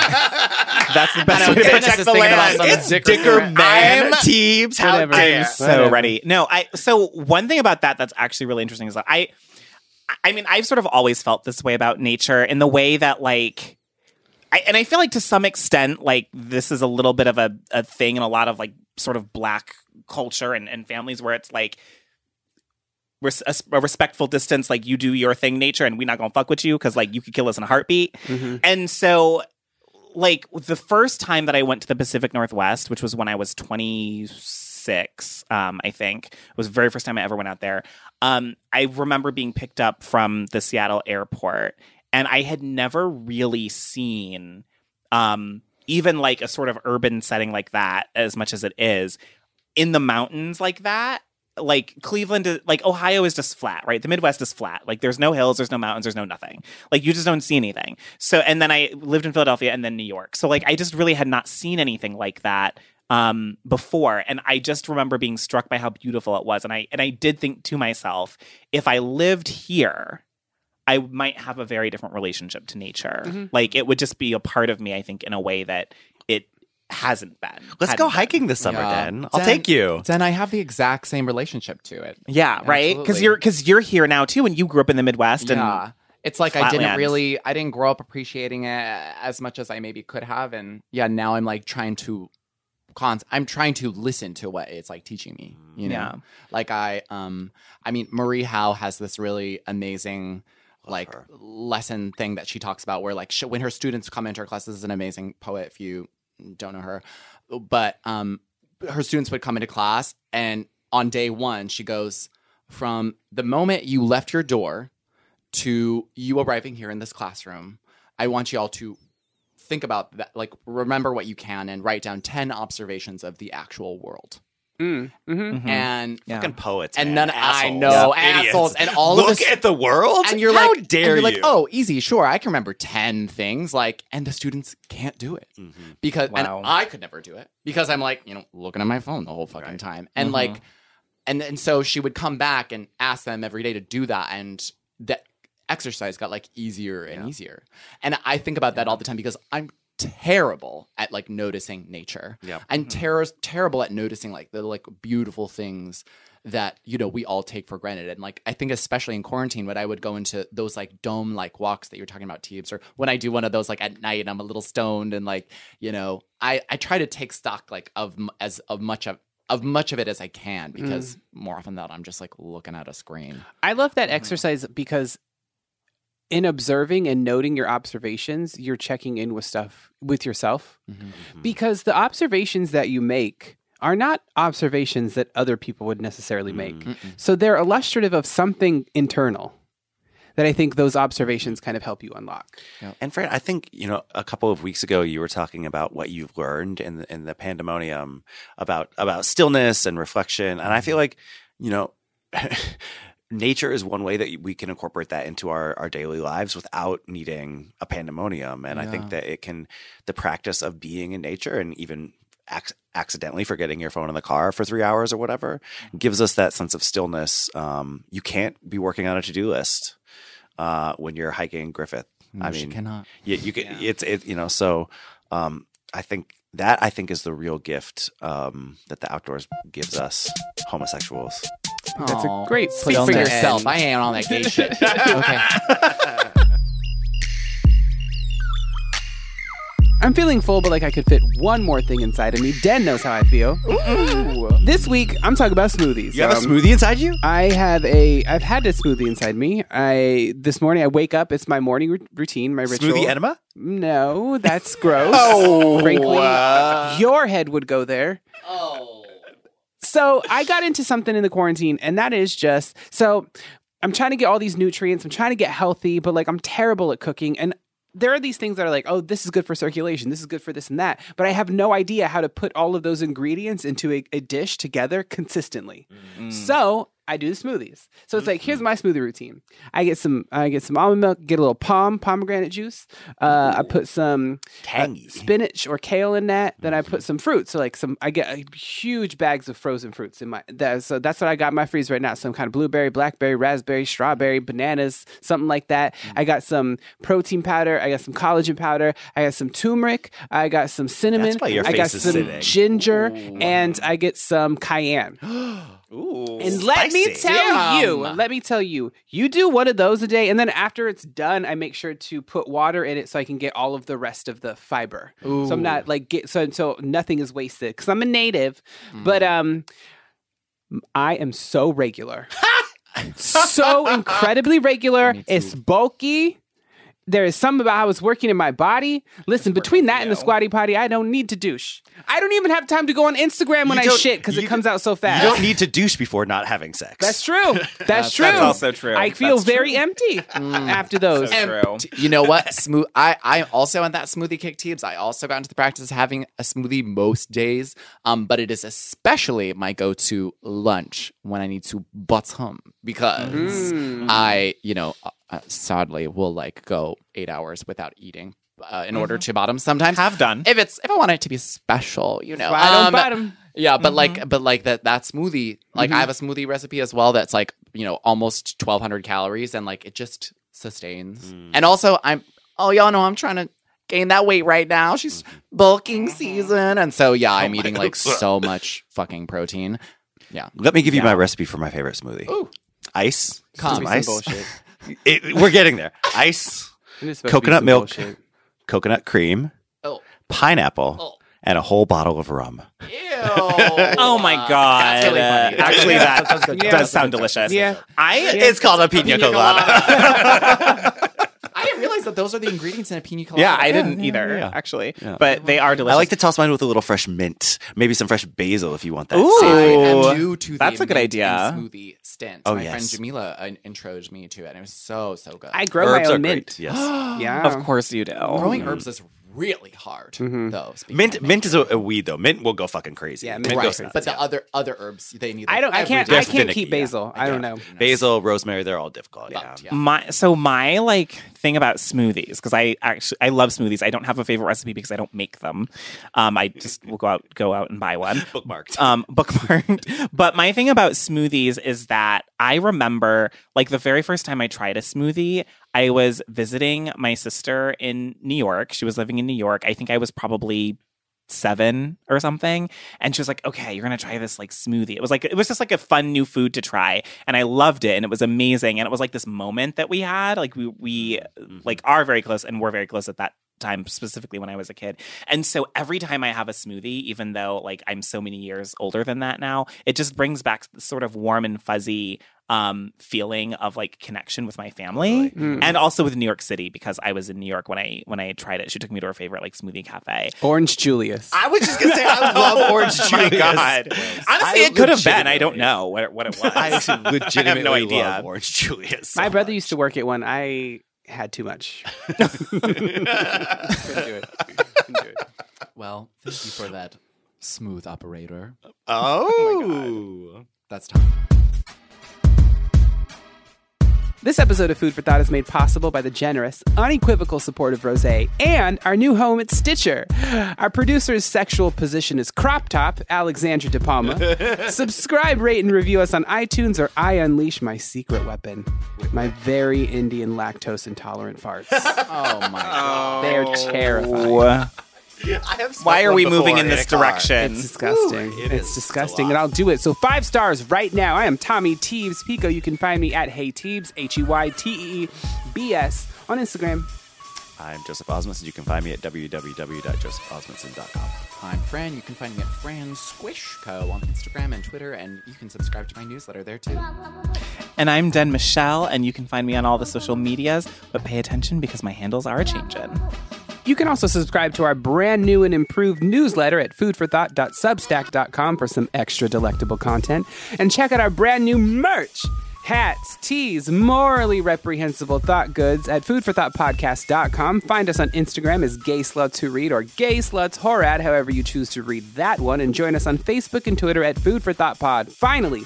Speaker 7: That's the
Speaker 4: I
Speaker 7: best
Speaker 4: know,
Speaker 7: way to
Speaker 4: Dennis
Speaker 7: protect
Speaker 4: is
Speaker 7: the
Speaker 4: thinking
Speaker 7: land.
Speaker 4: about some
Speaker 7: It's
Speaker 4: Dickerson.
Speaker 7: Dicker Man,
Speaker 4: I'm-
Speaker 7: Teebs, how
Speaker 3: Whatever.
Speaker 7: dare you.
Speaker 3: So
Speaker 7: So
Speaker 3: ready.
Speaker 7: ready. No, I. So one thing about that that's actually really interesting is that I, I mean, I've sort of always felt this way about nature in the way that like. I, and I feel like to some extent, like this is a little bit of a, a thing in a lot of like sort of black culture and, and families where it's like res- a, s- a respectful distance, like you do your thing, nature, and we're not gonna fuck with you because like you could kill us in a heartbeat. And so, like the first time that I went to the Pacific Northwest, which was when I was 26, um, I think, it was the very first time I ever went out there. Um, I remember being picked up from the Seattle airport, and I had never really seen um, even like a sort of urban setting like that, as much as it is in the mountains like that. Like Cleveland, is, like Ohio is just flat, right? The Midwest is flat. Like there's no hills, there's no mountains, there's no nothing. Like you just don't see anything. So, and then I lived in Philadelphia and then New York. So, like, I just really had not seen anything like that um before and i just remember being struck by how beautiful it was and i and i did think to myself if i lived here I
Speaker 5: Mm-hmm.
Speaker 7: might have a very different relationship to nature. Like it would just be a part of me, I think, in a way that it hasn't been.
Speaker 5: Let's
Speaker 7: Hadn't
Speaker 5: go
Speaker 7: been.
Speaker 5: hiking this summer,
Speaker 4: Yeah.
Speaker 5: Den. I'll
Speaker 4: Den-
Speaker 5: take you.
Speaker 4: Then I have the exact same relationship to it.
Speaker 7: Yeah, right. Because
Speaker 4: Absolutely.
Speaker 7: you're because you're here now too, and you grew up in the Midwest, and
Speaker 4: yeah. It's like I didn't
Speaker 7: Flatlands.
Speaker 4: really, I didn't grow up appreciating it as much as I maybe could have, and yeah, now I'm like trying to, cons, I'm trying to listen to what it's like teaching me. You know,
Speaker 7: Yeah.
Speaker 4: like I, um, I mean, Marie Howe has this really amazing. Like lesson thing that she talks about, where like she, when her students come into her class, this is an amazing poet. If you don't know her, but um, her students would come into class, and on day one, she goes from the moment you left your door to you arriving here in this classroom, I want you all to think about that, like remember what you can and write down 10 observations of the actual world.
Speaker 3: Mm, mm-hmm.
Speaker 7: Mhm.
Speaker 4: And
Speaker 5: Fucking poets
Speaker 4: And
Speaker 5: man.
Speaker 4: none- I
Speaker 5: assholes.
Speaker 4: know,
Speaker 5: Idiots.
Speaker 4: assholes. And all of
Speaker 5: look
Speaker 4: us-
Speaker 5: at the world.
Speaker 4: and you're
Speaker 5: How
Speaker 4: like,
Speaker 5: dare
Speaker 4: and you're
Speaker 5: you?
Speaker 4: like, oh, easy, sure, I can remember 10 things. Like, and the students can't do it
Speaker 5: Mm-hmm.
Speaker 4: because,
Speaker 7: Wow.
Speaker 4: and I could never do it because I'm like, you know, looking at my phone the whole fucking time. And like, and, and so she would come back and ask them every day to do that. And that exercise got like easier and easier. And I think about that all the time because I'm terrible at like noticing nature.
Speaker 5: Yeah.
Speaker 4: I'm terror- terrible at noticing like the like beautiful things that you know we all take for granted and like i think especially in quarantine when i would go into those like dome like walks that you're talking about teebs or when i do one of those like at night and i'm a little stoned and like you know i i try to take stock like of m- as of much of of much of it as i can because more often than not i'm just like looking at a screen
Speaker 3: I love that exercise because in observing and noting your observations, you're checking in with stuff with yourself because the observations that you make are not observations that other people would necessarily make. So they're illustrative of something internal that I think those observations kind of help you unlock.
Speaker 5: And Fran, I think you know a couple of weeks ago you were talking about what you've learned in the, in the pandemonium about about stillness and reflection, and I feel like you know. Nature is one way that we can incorporate that into our, our daily lives without needing a pandemonium. And I think that it can, the practice of being in nature and even ac- accidentally forgetting your phone in the car for three hours or whatever gives us that sense of stillness. Um, you can't be working on a to do list uh, when you're hiking Griffith. I mean,
Speaker 4: Mm, she cannot
Speaker 5: yeah, you can. It's it. You know, so um, I think that I think is the real gift um, that the outdoors gives us homosexuals.
Speaker 3: That's a great
Speaker 4: Speak
Speaker 3: place
Speaker 4: for
Speaker 3: to end.
Speaker 4: yourself. I ain't on that gay shit. okay.
Speaker 3: I'm feeling full, but like I could fit one more thing inside of me. Den knows how I feel. This week, I'm talking about smoothies.
Speaker 5: You have
Speaker 3: Um,
Speaker 5: a smoothie inside you.
Speaker 3: I have a. I've had a smoothie inside me. I this morning I wake up. It's my morning rut- routine, my ritual.
Speaker 5: Smoothie enema.
Speaker 3: No, that's gross. oh, frankly,
Speaker 5: uh.
Speaker 3: your head would go there. Oh. So I got into something in the quarantine, and that is just so. I'm trying to get all these nutrients. I'm trying to get healthy, but like I'm terrible at cooking. And there are these things that are like, oh, this is good for circulation. This is good for this and that. But I have no idea how to put all of those ingredients into a, a dish together consistently. So I do the smoothies. So it's like, here's my smoothie routine. I get some, I get some almond milk, get a little palm pomegranate juice. Uh, I put some
Speaker 5: Tangy.
Speaker 3: spinach or kale in that. Then I
Speaker 5: Mm-hmm.
Speaker 3: put some fruit. So like some, I get uh, huge bags of frozen fruits in my. That, so that's what I got in my freeze right now. Some kind of blueberry, blackberry, raspberry, strawberry, bananas, something like that.
Speaker 5: Mm-hmm.
Speaker 3: I got some protein powder. I got some collagen powder. I got some turmeric. I got some cinnamon.
Speaker 5: why your
Speaker 3: I got
Speaker 5: face is
Speaker 3: some
Speaker 5: sitting.
Speaker 3: ginger, and I get some cayenne.
Speaker 5: Ooh,
Speaker 3: And let me
Speaker 5: spicy.
Speaker 3: tell you, let me tell you, you do one of those a day, and then after it's done, I make sure to put water in it so I can get all of the rest of the fiber. So I'm not like get so so nothing is wasted because I'm a native, but
Speaker 5: Mm.
Speaker 3: um, I am so regular, so incredibly regular. It's bulky. There is something about how it's working in my body. Listen, between that and the squatty potty, I don't need to douche. I don't even have time to go on Instagram when
Speaker 5: You
Speaker 3: I
Speaker 5: don't-
Speaker 3: shit because
Speaker 5: you
Speaker 3: it comes out so
Speaker 5: You
Speaker 3: fast.
Speaker 5: don't need to douche before not having sex.
Speaker 3: That's true. That's, true.
Speaker 7: that's also true.
Speaker 3: I feel
Speaker 7: That's
Speaker 3: very empty after those.
Speaker 7: So
Speaker 3: And
Speaker 7: true.
Speaker 4: You know what? Smooth. I I also on that smoothie kick, Teebs. I also got into the practice of having a smoothie most days, um, but it is especially my go-to lunch when I need to bottom because
Speaker 7: Mm.
Speaker 4: I, you know, uh, uh, sadly will like go eight hours without eating uh, in order to bottom. Sometimes
Speaker 7: Mm-hmm. Have done.
Speaker 4: if it's if I want it to be special, you know, um,
Speaker 3: Bottom, bottom.
Speaker 4: yeah, but like, but like that that smoothie. Like, I have a smoothie recipe as well that's like you know almost twelve
Speaker 7: Mm.
Speaker 4: hundred calories, and like it just sustains. And also, I'm oh y'all know I'm trying to gain that weight right now. She's
Speaker 7: Mm-hmm.
Speaker 4: bulking season. And so, yeah,
Speaker 7: Oh
Speaker 4: I'm eating like so much fucking protein.
Speaker 5: Let me give you my recipe for my favorite smoothie. Ice.
Speaker 4: Come.
Speaker 5: Some
Speaker 4: Be some
Speaker 5: ice.
Speaker 3: bullshit.
Speaker 5: It- we're getting there. Ice,
Speaker 3: It is supposed to be
Speaker 5: Coconut
Speaker 3: some
Speaker 5: milk.
Speaker 3: bullshit.
Speaker 5: coconut cream,
Speaker 4: Oh.
Speaker 5: pineapple,
Speaker 4: Oh.
Speaker 5: and a whole bottle of rum.
Speaker 4: Ew.
Speaker 7: Oh my god!
Speaker 4: That's really funny.
Speaker 7: Uh, actually, that
Speaker 3: Yeah.
Speaker 7: does sound delicious.
Speaker 3: Yeah.
Speaker 7: I
Speaker 5: It's called a pina, colada.
Speaker 4: I didn't realize that those are the ingredients in a pina colada.
Speaker 7: yeah, I didn't either
Speaker 5: yeah.
Speaker 7: actually, but they are delicious.
Speaker 5: I like to toss mine with a little fresh mint, maybe some fresh basil if you want that.
Speaker 7: Ooh.
Speaker 4: I
Speaker 5: savory.
Speaker 4: am
Speaker 7: Ooh,
Speaker 4: new to the
Speaker 7: that's a good
Speaker 4: mint and
Speaker 7: idea.
Speaker 4: Smoothie stint.
Speaker 5: Oh,
Speaker 4: my friend
Speaker 5: yes.
Speaker 4: Jamila uh, introed me to it, and it was so so good.
Speaker 3: I grow
Speaker 5: Herbs
Speaker 3: my
Speaker 5: are
Speaker 3: own mint.
Speaker 5: great. Yes.
Speaker 3: Yeah.
Speaker 7: Of course you do.
Speaker 4: growing herbs is really hard though. speaking
Speaker 5: Mm-hmm. mint
Speaker 4: of
Speaker 5: mint is a, a weed though. Mint will go fucking crazy.
Speaker 3: Yeah, mint
Speaker 5: mint
Speaker 3: is
Speaker 5: goes
Speaker 4: right.
Speaker 3: crazy.
Speaker 5: nuts.
Speaker 4: but the other other herbs they need.
Speaker 3: I don't. I
Speaker 4: every
Speaker 3: can't.
Speaker 4: day.
Speaker 3: I
Speaker 5: There's
Speaker 3: can't
Speaker 5: finicky,
Speaker 3: keep
Speaker 5: yeah.
Speaker 3: basil. I don't know.
Speaker 5: Basil, rosemary, they're all difficult. Yeah.
Speaker 4: But, yeah.
Speaker 7: my so my like thing about smoothies because I actually I love smoothies. I don't have a favorite recipe because I don't make them. Um, I just will go out go out and buy one.
Speaker 5: Bookmarked.
Speaker 7: Um, bookmarked. but my thing about smoothies is that I remember like the very first time I tried a smoothie, I was visiting my sister in New York. She was living in New York. I think I was probably seven or something and she was like okay you're gonna try this like smoothie it was like it was just like a fun new food to try and i loved it and it was amazing and it was like this moment that we had like we we like are very close and were very close at that time specifically when i was a kid and so every time i have a smoothie even though like i'm so many years older than that now it just brings back this sort of warm and fuzzy um feeling of like connection with my family and also with new york city because i was in new york when i when i tried it she took me to her favorite like smoothie cafe
Speaker 3: Orange Julius.
Speaker 5: I was just gonna say I love orange
Speaker 7: Oh my God. Honestly,
Speaker 5: I
Speaker 7: it could have been. I don't
Speaker 5: legitimately-
Speaker 7: know what, what it was.
Speaker 5: I legitimately
Speaker 7: I have no idea.
Speaker 5: love orange Julius. so
Speaker 3: My brother
Speaker 5: much.
Speaker 3: used to work at one. I had too much. Couldn't do it. Couldn't do it.
Speaker 5: Mm-hmm.
Speaker 4: Well, thank you for that smooth operator.
Speaker 5: Oh.
Speaker 4: That's time.
Speaker 3: This episode of Food for Thought is made possible by the generous, unequivocal support of Rose and our new home at Stitcher. Our producer's sexual position is crop top, Alexandra De Palma. Subscribe, rate, and review us on iTunes, or I unleash my secret weapon my very Indian lactose intolerant farts.
Speaker 4: Oh my god.
Speaker 3: They're terrifying.
Speaker 5: I have
Speaker 7: Why are we
Speaker 5: smoked one
Speaker 7: moving
Speaker 5: before
Speaker 7: in this
Speaker 5: a car.
Speaker 7: direction?
Speaker 3: It's disgusting.
Speaker 5: Ooh,
Speaker 3: it's
Speaker 5: it is. It's a
Speaker 3: disgusting.
Speaker 5: lot.
Speaker 3: And I'll do it. So five stars right now. I am Tommy Teebs Pico. You can find me at Hey Teebs, H E Y T E E B S on Instagram.
Speaker 5: I'm Joseph Osmunds, and you can find me at www.josephosmundson.com.
Speaker 4: I'm Fran. You can find me at Fran Squish Co on Instagram and Twitter, and you can subscribe to my newsletter there too.
Speaker 7: And I'm Den Michelle, and you can find me on all the social medias, but pay attention because my handles are changing.
Speaker 3: You can also subscribe to our brand new and improved newsletter at foodforthought.substack.com for some extra delectable content. And check out our brand new merch hats, tees, morally reprehensible thought goods at foodforthoughtpodcast.com. Find us on Instagram as Gay Sluts Who Read or Gay Sluts Horad, however you choose to read that one. And join us on Facebook and Twitter at Food for Thought Pod. Finally,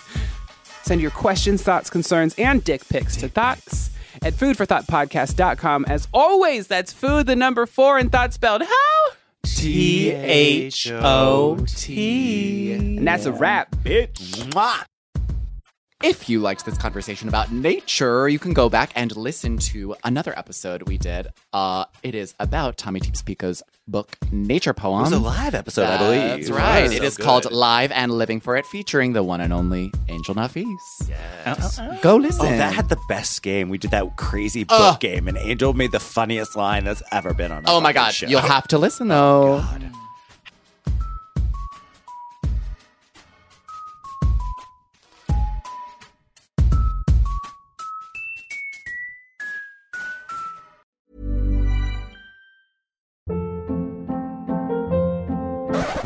Speaker 3: Send your questions, thoughts, concerns, and dick pics to thoughts at foodforthoughtpodcast.com. As always, that's food, the number four, and thought spelled how?
Speaker 7: T H O T.
Speaker 3: And that's a wrap.
Speaker 4: If you liked this conversation about nature, you can go back and listen to another episode we did. Uh, it is about Tommy Teeps Pico's book, Nature Poem.
Speaker 5: It was a live episode, I believe.
Speaker 4: Um, That's right. It
Speaker 5: So
Speaker 4: is
Speaker 5: good.
Speaker 4: called Live and Living for It, featuring the one and only Angel Nafis. Yes. Go listen.
Speaker 5: Oh, that had the best game. We did that crazy book
Speaker 4: Ugh.
Speaker 5: game, and Angel made the funniest line that's ever been on. a
Speaker 4: Oh my
Speaker 5: fucking
Speaker 4: god.
Speaker 5: show.
Speaker 4: You'll have to listen though.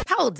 Speaker 6: Hold